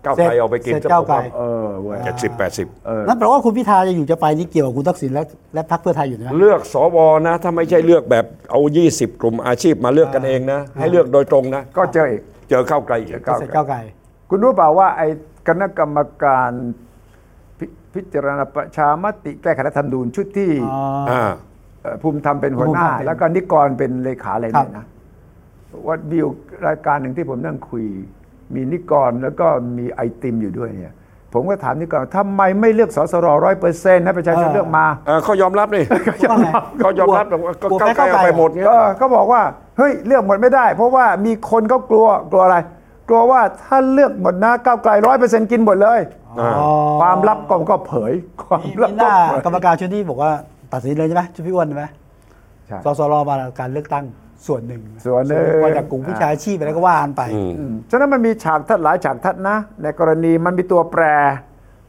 [SPEAKER 4] ก้าวไกลเอาไปกิน
[SPEAKER 3] เสร็จก้าวไกล
[SPEAKER 2] เออเว้ย
[SPEAKER 4] เจ็ดสิบแปดสิบ
[SPEAKER 3] นั่นแปลว่าคุณพิธาจะอยู่จะไปนี่เกี่ยวกับคุณทักษิณและและพรรคเพื่อไทยอยู่นะ
[SPEAKER 4] เลือกสวนะ ถ้าไม่ใช่เลือกแบบเอา 20 กลุ่มอาชีพมาเลือกกันเองนะ ให้เลือกโดยตรงนะ
[SPEAKER 2] ก็เจออีก
[SPEAKER 4] เจอก้าวไกลอีก
[SPEAKER 2] ก้าวไกล
[SPEAKER 3] เสร็จก้าวไกล
[SPEAKER 2] คุณรู้เปล่าว่าไอ้คณะกรรมการพิพิจารณาประชามติแก้ไขรัฐธรรมนูญชุดที่
[SPEAKER 4] อ่า
[SPEAKER 2] เอ่อภูมิธรรมเป็นหัวหน้า
[SPEAKER 3] ภูมิธรรมเป็น
[SPEAKER 2] แล้วก็นิกรเป็นเลขาอะไร
[SPEAKER 3] ครั
[SPEAKER 2] เนี่
[SPEAKER 3] บ
[SPEAKER 2] ยนะว่าดีลรายการหนึ่งที่ผมนั่งคุย มีนิกรแล้วก็มีไอติมอยู่ด้วยเนี่ย ผมก็ถามนิกรทำไมไม่เลือกสสรร้อยเปอร์เซ็นต์ให้ประชาชนเลือกมา
[SPEAKER 4] เอ่อเขายอมรับนี่
[SPEAKER 3] ว่าไง
[SPEAKER 4] เขายอมรับว่าก็
[SPEAKER 3] ลัว
[SPEAKER 4] ก้าว
[SPEAKER 3] แพ้
[SPEAKER 4] ไกลเอาไปหมดเงี้ย
[SPEAKER 2] เออก็บอกว่าเฮ้ยเลือกหมดไม่ได้ เพราะว่ามีคนเขากลัวกลัวอะไร กลัวว่าถ้าเลือกหมดนะก้าวไกลร้อยเปอร์เซ็นต์กินหมดเลย
[SPEAKER 4] อ่า
[SPEAKER 3] อ๋อ
[SPEAKER 2] ความลับก็ก็เผย ความ
[SPEAKER 3] มี
[SPEAKER 2] ลับ
[SPEAKER 3] ห
[SPEAKER 2] ก็
[SPEAKER 3] น้า
[SPEAKER 2] เผย
[SPEAKER 3] กรรมการชุดนี้บอกว่าตัดสินเลยใช่ไหมชุดพี่อ้วนใช่ไหม
[SPEAKER 2] ใช่
[SPEAKER 3] สสรมาจากการเลือกตั้งส่วนหนึ่ง
[SPEAKER 2] ส่วนหนึ่ง
[SPEAKER 3] มาจากกลุ่มวิชาชีพอะไรก็ว่ากันไป
[SPEAKER 2] อืมฉะนั้นมันมีฉากทัดหลายฉากทัดนะ ในกรณีมันมีตัวแปร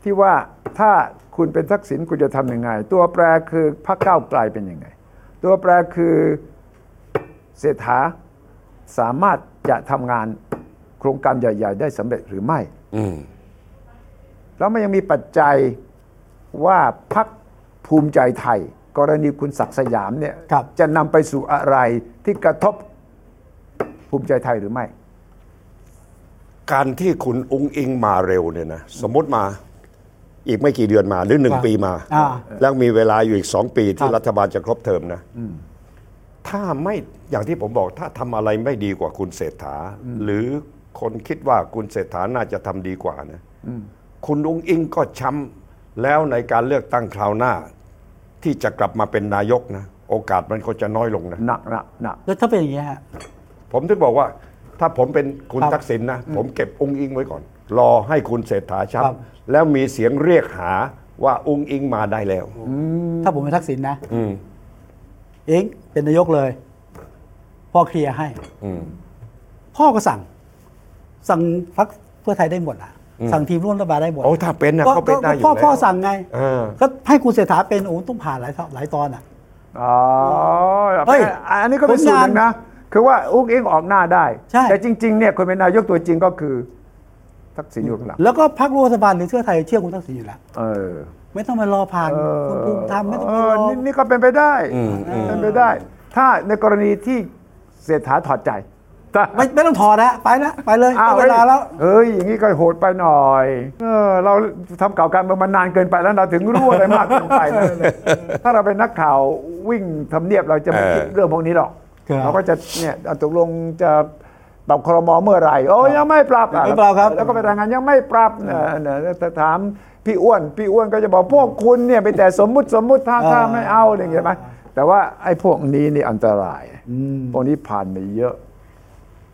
[SPEAKER 2] ที่ว่าถ้าคุณเป็นทักษิณคุณจะทำยังไง ตัวแปรคือพรรคก้าวไกลเป็นยังไง ตัวแปรคือเศรษฐาสามารถจะทำงานโครงการใหญ่ ๆ ได้สำเร็จหรือไม่
[SPEAKER 4] อืม
[SPEAKER 2] แล้วมันยังมีปัจจัยว่าพักภูมิใจไทย กรณีคุณศักดิ์สยามเนี่ย
[SPEAKER 3] ครับ
[SPEAKER 2] จะนำไปสู่อะไรที่กระทบภูมิใจไทยหรือไม่
[SPEAKER 4] การที่คุณอุ้งอิงมาเร็วเนี่ยนะสมมติมาอีกไม่กี่เดือนมาหรือหนึ่งปีมา
[SPEAKER 3] อ่า
[SPEAKER 4] แล้วมีเวลาอยู่อีกสองปีที่รัฐบาลจะครบเทอมนะถ้าไม่อย่างที่ผมบอกถ้าทำอะไรไม่ดีกว่าคุณเศรษฐา หรือคนคิดว่าคุณเศรษฐาน่าจะทำดีกว่านะคุณอุ้งอิงก็ช้ำแล้วในการเลือกตั้งคราวหน้า ที่จะกลับมาเป็นนายกนะโอกาสมันก็จะน้อยลงนะ
[SPEAKER 2] หนักหนักหนัก
[SPEAKER 3] แล้วถ้าเป็นอย่างนี้ยฮะ
[SPEAKER 4] ผมถึงบอกว่าถ้าผมเป็นคุณ
[SPEAKER 3] ครับ
[SPEAKER 4] ทักษิณนะ ผมเก็บองค์อิงไว้ก่อน รอให้คุณเศรษฐาช้ำแล้วมีเสียงเรียกหาว่าองค์อิงมาได้แล้ว
[SPEAKER 3] ถ้าผมเป็นทักษิณนะ
[SPEAKER 4] อืม
[SPEAKER 3] เองเป็นนายกเลย พ่อเคลียร์ให้
[SPEAKER 4] อืม
[SPEAKER 3] พ่อก็สั่ง สั่งพักเพื่อไทยได้หมดอ่ะ สั่งทีมร่วมรัฐบาลได้หมด
[SPEAKER 4] โอ้ถ้าเป็นน่ะ
[SPEAKER 3] ก็
[SPEAKER 4] เขาเป็นได้อยู่
[SPEAKER 3] ก็พ่อ
[SPEAKER 4] แล้ว
[SPEAKER 3] พ่อสั่งไง
[SPEAKER 4] เออ
[SPEAKER 3] ก็ให้คุณเศรษฐาเป็นโอ้ต้องผ่านหลายหลายตอนอ่ะ
[SPEAKER 2] อ๋อ
[SPEAKER 3] เฮ้ย
[SPEAKER 2] อันนี้ก็เป็น
[SPEAKER 3] ผล
[SPEAKER 2] สูต
[SPEAKER 3] งาร น
[SPEAKER 2] หนึ่งนะ คือว่าอุ้งอิงออกหน้าได้
[SPEAKER 3] ใช่
[SPEAKER 2] แต่จริง ๆ เนี่ยคนเป็นนายกตัวจริงก็คือ ทักษิณอยู่ข้างหลัง
[SPEAKER 3] แล้วก็พักร่วมรัฐบาลหรือเชื่อไทยเชื่อคุณทักษิณอยู่แล้ว
[SPEAKER 2] เออ
[SPEAKER 3] ไม่ต้องมารอผ่านคุณภูมิธรรมไม่ต้องมารอ
[SPEAKER 2] เออนี่นี่ก็เป็นไปได้เป็นไปได้ ถ้าในกรณีที่เศรษฐาถอดใจถ้า
[SPEAKER 3] ไม่ไม่ต้องถอดนะไปนะไปเลยได้เวลาแล้ว
[SPEAKER 2] เฮ้ย อย่างนี้ก็โหดไปหน่อยเออเราทำเก่าวการเมืองมานานเกินไปแล้วเราถึงรู้อะไร มากเกินไปนะถ้าเราเป็นนักข่าววิ่งทำเนียบเราจะไม่
[SPEAKER 4] เออ
[SPEAKER 2] คิดเรื่องพวกนี้หรอก
[SPEAKER 3] ครับ
[SPEAKER 2] เราก็จะเนี่ยตกลงจะปรับครมเมื่อไหร่โอ้ยยังไม่ปรับอ่ะ
[SPEAKER 3] ไม่ปรับครับ
[SPEAKER 2] แล้วก็ไปรายงานยังไม่ปรับเออเนี่ยถ้าถามพี่อ้วนพี่อ้วนก็จะบอกพวกคุณเนี่ยไปแต่สมมุติสมมุติถ้าถ้าไม่เอาอะไรอย่างเงี้ยใช่ไหมแต่ว่าไอ้พวกนี้นี่อันตรายพวกนี้ผ่านมาเยอะ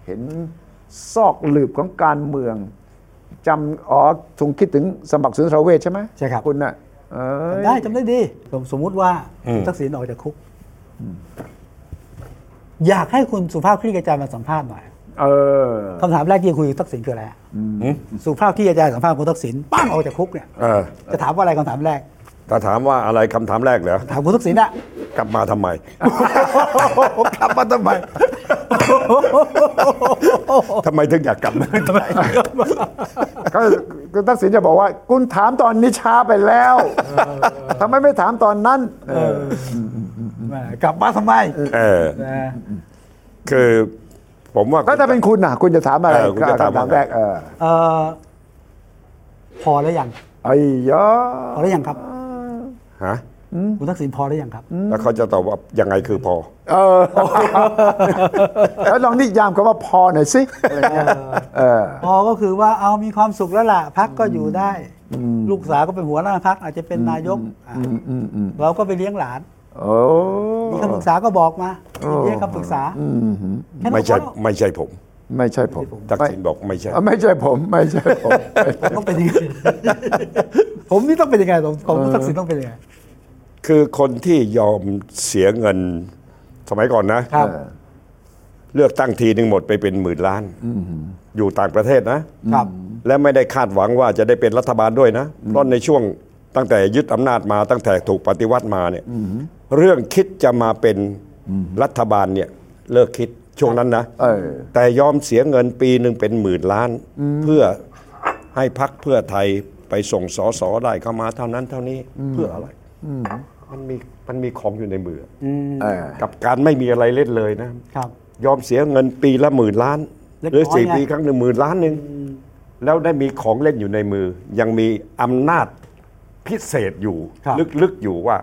[SPEAKER 2] เห็นซอกหลืบของการเมืองจำอ๋อทรงคิดถึงสมบัติสุนทรเวชใช่ไหม
[SPEAKER 3] ใช่ครับ
[SPEAKER 2] คุณน่ะเอ้ย
[SPEAKER 3] ได้จำได้ดีสมสมมุติว่าคุณทักษิณออกจากคุก อยากให้คุณสุภาพคลี่กระจายมาสัมภาษณ์หน่อย
[SPEAKER 2] เออ
[SPEAKER 3] คำถามแรกที่จะคุยกับทักษิณคืออะไรฮะสุภาพคลี่กระจายสัมภาษณ์คุณทักษิณปั้งออกจากคุกเนี่ย
[SPEAKER 4] เออ
[SPEAKER 3] จะถามว่าอะไรคำถามแรก
[SPEAKER 4] ถ้าถามว่าอะไรคำถามแรกเหรอ
[SPEAKER 3] ถามคุณทักษิณอะ
[SPEAKER 4] กลับมาทำไม กลับมาทำไมทำไมถึงอยากกลับมาทำไม
[SPEAKER 2] ก็คุณทักษิณจะบอกว่าคุณถามตอนนี้ช้าไปแล้วทำไมไม่ถามตอนนั้นเออ
[SPEAKER 3] แหมกลับบ้านทำไม
[SPEAKER 4] เออ
[SPEAKER 3] นะ
[SPEAKER 4] คือผมว่า
[SPEAKER 2] แล้วถ้าเป็นคุณน่ะ คุณจะถามอะไร
[SPEAKER 4] เออคุณจะถาม
[SPEAKER 2] คำถาม
[SPEAKER 4] อะไร
[SPEAKER 2] แรกเออ
[SPEAKER 3] เอ่อพอแล้วยัง
[SPEAKER 2] ไอ้ยอ
[SPEAKER 3] พอแล้วยังครับ
[SPEAKER 4] ฮะ
[SPEAKER 3] คุณทักษิณพอแล้วยังครับ
[SPEAKER 4] แล้วเขาจะตอบว่ายังไงคือพอ
[SPEAKER 2] เออแล้วลองนิยามคำว่าพอหน่อยสิอะไรเงี้ยเออ
[SPEAKER 3] พอก็คือว่าเอามีความสุขแล้วล่ะพักก็อยู่ได้ ลูกสาวก็เป็นหัวหน้าพักอาจจะเป็นนายกอ่ะเราก็ไปเลี้ยงหลาน
[SPEAKER 2] โอ้
[SPEAKER 3] มีคำปรึกษาก็บอกมาเรียกคำปรึกษาแค่นั้น
[SPEAKER 4] ไม่ใช่
[SPEAKER 3] พอแล้ว
[SPEAKER 4] ไม่ใช่ผม
[SPEAKER 2] ไม่ใช่ผม
[SPEAKER 4] ทักษิณบอกไม่ใช่
[SPEAKER 2] เออไม่ใช่ผมไม่ใช่ผม
[SPEAKER 3] ผมต้องเป็นยังไง ผมนี่ต้องเป็นยังไงผมผมทักษิณต้องเป็นยังไง
[SPEAKER 4] คือคนที่ยอมเสียเงินสมัยก่อนนะ
[SPEAKER 3] ครับ
[SPEAKER 4] เลือกตั้งทีหนึ่งหมดไปเป็นหมื่นล้านอยู่ต่างประเทศนะ
[SPEAKER 3] ครับ
[SPEAKER 4] และไม่ได้คาดหวังว่าจะได้เป็นรัฐบาลด้วยนะเพราะในช่วงตั้งแต่ยึดอำนาจมาตั้งแต่ถูกปฏิวัติมาเนี่ยเรื่องคิดจะมาเป็นรัฐบาลเนี่ยเลิกคิดช่วงนั้นนะ
[SPEAKER 2] เออ
[SPEAKER 4] แต่ยอมเสียเงินปีหนึ่งเป็นหมื่นล้าน เพื่อให้พักเพื่อไทยไปส่งสอสอได้เข้ามาเท่านั้นเท่านี้เพื่ออะไรมันมีมันมีของอยู่ในมืออ
[SPEAKER 2] เออ
[SPEAKER 4] กับการไม่มีอะไรเล่นเลยนะ
[SPEAKER 3] ครับ
[SPEAKER 4] ยอมเสียเงินปีละหมื่นล้าน
[SPEAKER 3] เล็ก
[SPEAKER 4] หรือ
[SPEAKER 3] น้อย
[SPEAKER 4] สี่
[SPEAKER 3] ไง
[SPEAKER 4] ปีครั้งหนึ่งหมื่นล้านหนึ่งแล้วได้มีของเล่นอยู่ในมือ ยังมีอำนาจพิเศษอยู่
[SPEAKER 3] ครับ
[SPEAKER 4] ลึกๆอยู่ว่า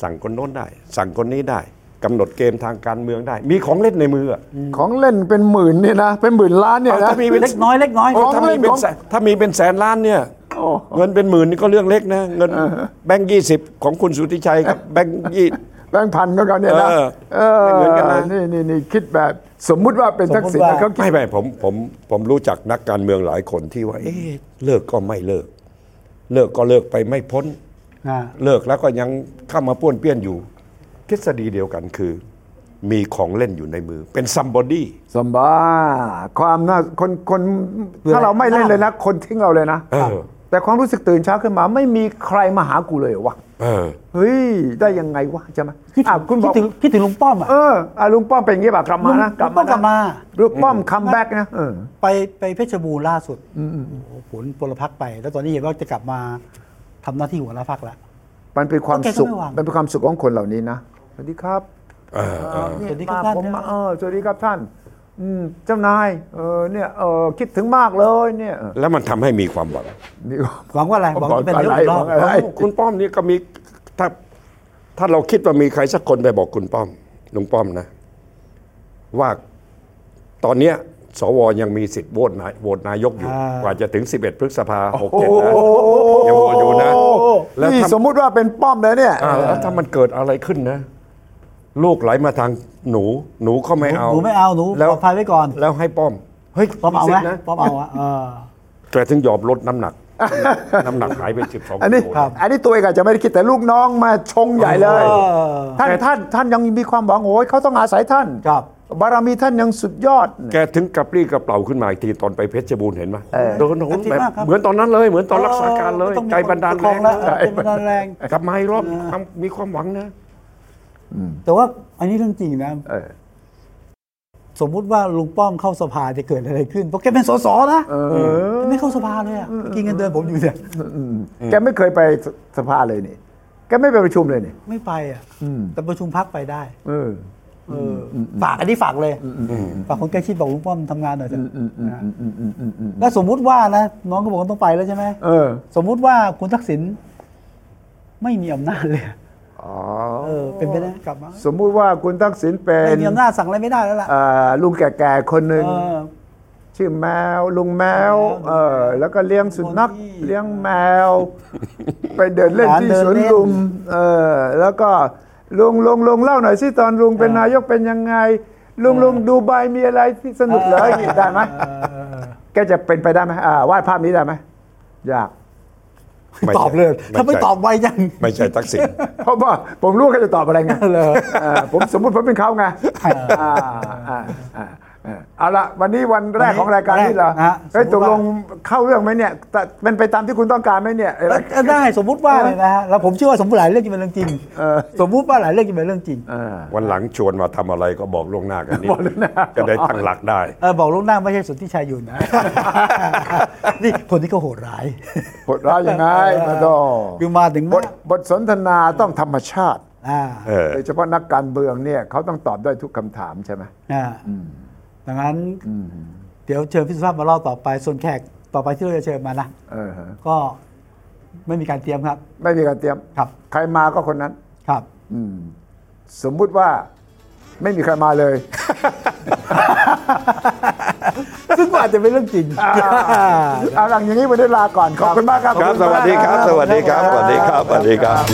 [SPEAKER 4] สั่งคนโน้นได้ สั่งคนนี้ได้กำหนดเกมทางการเมืองได้ มีของเล่นในมืออะ
[SPEAKER 2] ของเล่นเป็นหมื่นเนี่ยนะเป็นหมื่นล้านเนี่ย
[SPEAKER 4] เอา
[SPEAKER 2] นะ
[SPEAKER 4] ถ้ามีเป็น
[SPEAKER 3] เล็กน้อยเล็กน้อย
[SPEAKER 4] โอ้
[SPEAKER 2] ข
[SPEAKER 4] ถ้าง
[SPEAKER 2] เล่
[SPEAKER 4] มี
[SPEAKER 2] น
[SPEAKER 4] เป็น
[SPEAKER 2] ของ
[SPEAKER 4] แสนถ้ามีเป็นแสนล้านเนี่ย
[SPEAKER 2] โอ้
[SPEAKER 4] เงินเป็นหมื่นนี่ก็เรื่องเล็กนะเงินแบงค์ยี่สิบของคุณสุทธิชัยกับแบงค์ยี่
[SPEAKER 2] แบงค์พันก็เขาเนี่ยนะ
[SPEAKER 4] เออ
[SPEAKER 2] เออ
[SPEAKER 4] ไม่เหมือนกันนะ
[SPEAKER 2] นี่นี่นี่คิดแบบสมมุติว่าเป็นทักษิณ
[SPEAKER 3] สมมุติว่า
[SPEAKER 2] นะเขาคิด
[SPEAKER 4] ไม่ไม่ผมผมผมรู้จักนักการเมืองหลายคนที่ว่า เอ๊ะเลิกก็ไม่เลิก เลิกก็เลิกไปไม่พ้น
[SPEAKER 3] อ่า
[SPEAKER 4] เลิกแล้วก็ยังเข้ามาป้วนเปี้ยนอยู่ ทฤษฎีเดียวกันคือ มีของเล่นอยู่ในมือ เป็นซัมบอดี้
[SPEAKER 2] สมบ้าความน่าคนคนถ้าเราไม่เล่นเลยนะ คนทิ้งเราเลยนะ
[SPEAKER 4] เออ
[SPEAKER 2] แต่ความรู้สึกตื่นเช้าขึ้นมา ไม่มีใครมาหากูเลยวะ
[SPEAKER 4] เออ
[SPEAKER 2] เฮ้ยได้ยังไงวะใช่ไหม
[SPEAKER 3] คิด
[SPEAKER 2] อ่ะ
[SPEAKER 3] ถึ
[SPEAKER 2] คุณ
[SPEAKER 3] ง
[SPEAKER 2] บอก
[SPEAKER 3] คิดถึงคิดถึงลุงป้อมอ่ะ
[SPEAKER 2] เอออ่ะลุงป้อมเป็นอย่างงี้ป่ะกลับมานะ
[SPEAKER 3] ลุงป้อมกลับมา
[SPEAKER 2] ลุงป้อมคัมแบ็กนะเออ
[SPEAKER 3] ไปไปเพชรบูรณ์ล่าสุดโอ้โหผลพลพรรคไป แล้วตอนนี้เห็นว่าจะกลับมาทำหน้าที่หัวหน้าพรรคแล้ว
[SPEAKER 2] มันเป็นความ
[SPEAKER 3] ก็แกก็
[SPEAKER 2] สุข
[SPEAKER 3] ไม่วาง
[SPEAKER 2] มันเป็นความสุขของคนเหล่านี้นะสวัสดีครับ
[SPEAKER 4] เออเออ
[SPEAKER 2] เนี่ย
[SPEAKER 3] สวัสดีครับ
[SPEAKER 2] มา
[SPEAKER 3] ท่าน
[SPEAKER 2] ผมมา
[SPEAKER 3] นะ
[SPEAKER 2] เออสวัสดีครับท่าน อืมเจ้านายเออเนี่ยเออคิดถึงมากเลยเนี่ยเออ
[SPEAKER 4] แล้วมันทำให้มีความหวัง
[SPEAKER 2] มีความ
[SPEAKER 3] หวังว่าอะไรหวังจะเป็นนายกอีกรอ
[SPEAKER 2] ห
[SPEAKER 3] บ
[SPEAKER 2] วังอะไร
[SPEAKER 4] เอ้าคุณป้อมนี่ก็มีถ้าถ้าเราคิดว่ามีใครสักคนไปบอกคุณป้อมลุงป้อมนะ ว่าตอนเนี้ยสวยังมีสิทธิ์โหวตนายโหวตนายกอยู่
[SPEAKER 3] อ่าก
[SPEAKER 4] กว่าจะถึง 11 พฤษภาหกเจ็ดนะยังโหวตอยู่นะ แล้ว
[SPEAKER 2] นี่
[SPEAKER 4] ถ้า
[SPEAKER 2] สมมุติว่าเป็นป้อมเลยเนี่ย
[SPEAKER 4] อ่าแล้วถ้ามันเกิดอะไรขึ้นนะ ลูกไหลมาทางหนู หนูก็ไม่เอา
[SPEAKER 3] หนูไม่เอาหนูปลอดภัยไว้ก่อน
[SPEAKER 4] แล้วให้ป้อมเฮ้ย
[SPEAKER 3] ป้อมเอาไหม
[SPEAKER 4] สิทธิ์นะ
[SPEAKER 3] ป้อมเอาอะเออ
[SPEAKER 4] แกถึงยอมลด น้ำหนัก น้ำหนักหายไปสิบสอง
[SPEAKER 2] อันนี้
[SPEAKER 4] โล
[SPEAKER 3] ครับ
[SPEAKER 2] อันนี้ตัวเองอาจจะไม่ได้คิดแต่ลูกน้องมาชงใหญ่เลย
[SPEAKER 3] เออ
[SPEAKER 2] ท่านท่านท่านยังมีความหวังโอ้ยเขาต้องอาศัยท่าน
[SPEAKER 3] ครับ
[SPEAKER 2] บารมีท่านยังสุดยอด
[SPEAKER 4] แกถึงกระปรี้กระเป๋าขึ้นมาอีกทีตอนไปเพชรบูรณ์เห็นไหมเดินโหน
[SPEAKER 3] จริง
[SPEAKER 4] แบบ
[SPEAKER 3] มากครับ
[SPEAKER 4] เหมือนตอนนั้นเลย เหมือนตอนรักษาการเลย
[SPEAKER 3] ต้องมี
[SPEAKER 4] ใจบันดาล
[SPEAKER 3] ค
[SPEAKER 4] แร
[SPEAKER 3] อง
[SPEAKER 4] ง
[SPEAKER 3] แล้ว
[SPEAKER 4] นะ
[SPEAKER 3] ใจบันดาลแรง
[SPEAKER 4] กลับมาอีกรอบความมีความหวังนะ
[SPEAKER 3] แต่ว่าอันนี้เรื่องจริงนะ
[SPEAKER 2] เออ
[SPEAKER 3] สมมุติว่าลุงป้อมเข้าสภาจะเกิดอะไรขึ้น เพราะแกเป็นสสนะแกไม่เข้าสภาเลยอ่ะกินเงินเดือนผมอยู่เนี่ย
[SPEAKER 2] แกไม่เคยไปสภาเลยนี่แกไม่ไปประชุมเลยนี่
[SPEAKER 3] ไม่ไปอ่ะแต่ประชุมพักไปได้
[SPEAKER 2] เออ
[SPEAKER 3] เอออฝากอันนี้ฝากเลยฝากคนใกล้ชิดบอกลุงป้อมทำงานหน่อยเถอะนะแล้วสมมุติว่านะน้องก็บอกว่าต้องไปแล้วใช่ไหม
[SPEAKER 2] เออ
[SPEAKER 3] สมมุติว่าคุณทักษิณไม่มีอำนาจเลย
[SPEAKER 2] อ๋อ
[SPEAKER 3] เออเป็นไปได้กลับมา
[SPEAKER 2] สมมุติว่าคุณทักษิณเป็
[SPEAKER 3] ไม่
[SPEAKER 2] น
[SPEAKER 3] มีอำนาจสั่งอะไรไม่ได้แล้วล่ะ
[SPEAKER 2] เอ่อลุงแก่ๆคนหนึ่ง
[SPEAKER 3] เออ
[SPEAKER 2] ชื่อแมวลุงแมว
[SPEAKER 3] แมว
[SPEAKER 2] เออแล้วก็เลี้ยงสุนัข
[SPEAKER 3] คนที่
[SPEAKER 2] เลี้ยงแมว ไปเดินเล่น
[SPEAKER 3] หลาน
[SPEAKER 2] ที่
[SPEAKER 3] เดิน
[SPEAKER 2] สวน
[SPEAKER 3] เล่น
[SPEAKER 2] ลุมเออแล้วก็ลุงลุงลุงเล่าหน่อยสิตอนลุงเป็นนายกเป็นยังไง ลุงลุงดูใบมีอะไรที่สนุกเหรอ
[SPEAKER 3] เออ
[SPEAKER 2] อย่างนี้ได้ไหมแกจะเป็นไปได้ไหมอ่าวาดภาพนี้ได้ไหมยาก
[SPEAKER 4] ไม่
[SPEAKER 3] ต
[SPEAKER 4] ใช่
[SPEAKER 3] อบเลย ถ้าไม่
[SPEAKER 4] ใช่
[SPEAKER 3] ตอบไวยัง
[SPEAKER 4] ไม่ใช่ทักษิณ
[SPEAKER 2] เพราะว่าผมรู้ว่าเขาจะตอบอะไร ไงเออผมสมมติผมเป็นเขาไงอ่าอ่าอ่าอ่าเอาละวันนี้วันแรกของรายการนี่เหรอ
[SPEAKER 3] นะฮะ
[SPEAKER 2] เฮ้ย
[SPEAKER 3] สมมุ
[SPEAKER 2] ตก
[SPEAKER 3] ติว่า
[SPEAKER 2] ลงเข้าเรื่องไหมเนี่ยแต่เป็นไปตามที่คุณต้องการไหมเนี่ยไอ้
[SPEAKER 3] แล้
[SPEAKER 2] รา
[SPEAKER 3] วย
[SPEAKER 2] การ
[SPEAKER 3] ก็ได้สมมุติว่าเลยนะฮะแล้วผมเชื่อว่าสมมติหลายเรื่องจะเป็นเรื่องจริง
[SPEAKER 2] เออ
[SPEAKER 3] สมมุติว่าหลายเรื่องจะเป็นเรื่องจริง
[SPEAKER 2] เออ
[SPEAKER 4] วันหลังชวนมาทำอะไรก็บอกล่วงหน้ากันนิด
[SPEAKER 2] บอกล่วงหน้า
[SPEAKER 4] จะได้ตั้งหลักได้
[SPEAKER 3] เออบอกลูกหน้าไม่ใช่สุทธิชัยยุนนะ นี่คนที่ก็โหดร้าย
[SPEAKER 2] โหดร้ายยังไงมาดอ
[SPEAKER 3] คือมาถึง
[SPEAKER 2] บ
[SPEAKER 3] มา
[SPEAKER 2] ทบทสนทนาต้องธรรมชาติ
[SPEAKER 3] อ่า
[SPEAKER 4] เออ
[SPEAKER 2] โดยเฉพาะนักการเมืองเนี่ยเขาต้องตอบได้ทุกคำถามใช่ไหม
[SPEAKER 3] อ่าดังนั้นเดี๋ยวเชิญพิสุภาพมาเล่าต่อไปส่วนแขกต่อไปที่เราจะเชิญมานะ
[SPEAKER 2] เออฮะ
[SPEAKER 3] ก็ไม่มีการเตรียมครับ
[SPEAKER 2] ไม่มีการเตรียม
[SPEAKER 3] ครับ
[SPEAKER 2] ใครมาก็คนนั้น
[SPEAKER 3] ครับ
[SPEAKER 2] อืมสมมุติว่าไม่มีใครมาเลย
[SPEAKER 3] ซึ่งก็อาจจะเป็นเรื่องจริง
[SPEAKER 2] เอาหลังอย่างนี้วันนี้ลาก่อน ขอบคุณมากครับ
[SPEAKER 4] ครับ สวัสดีครับ สวัสดีครับ สวัสดีครับ สวัสดีครับ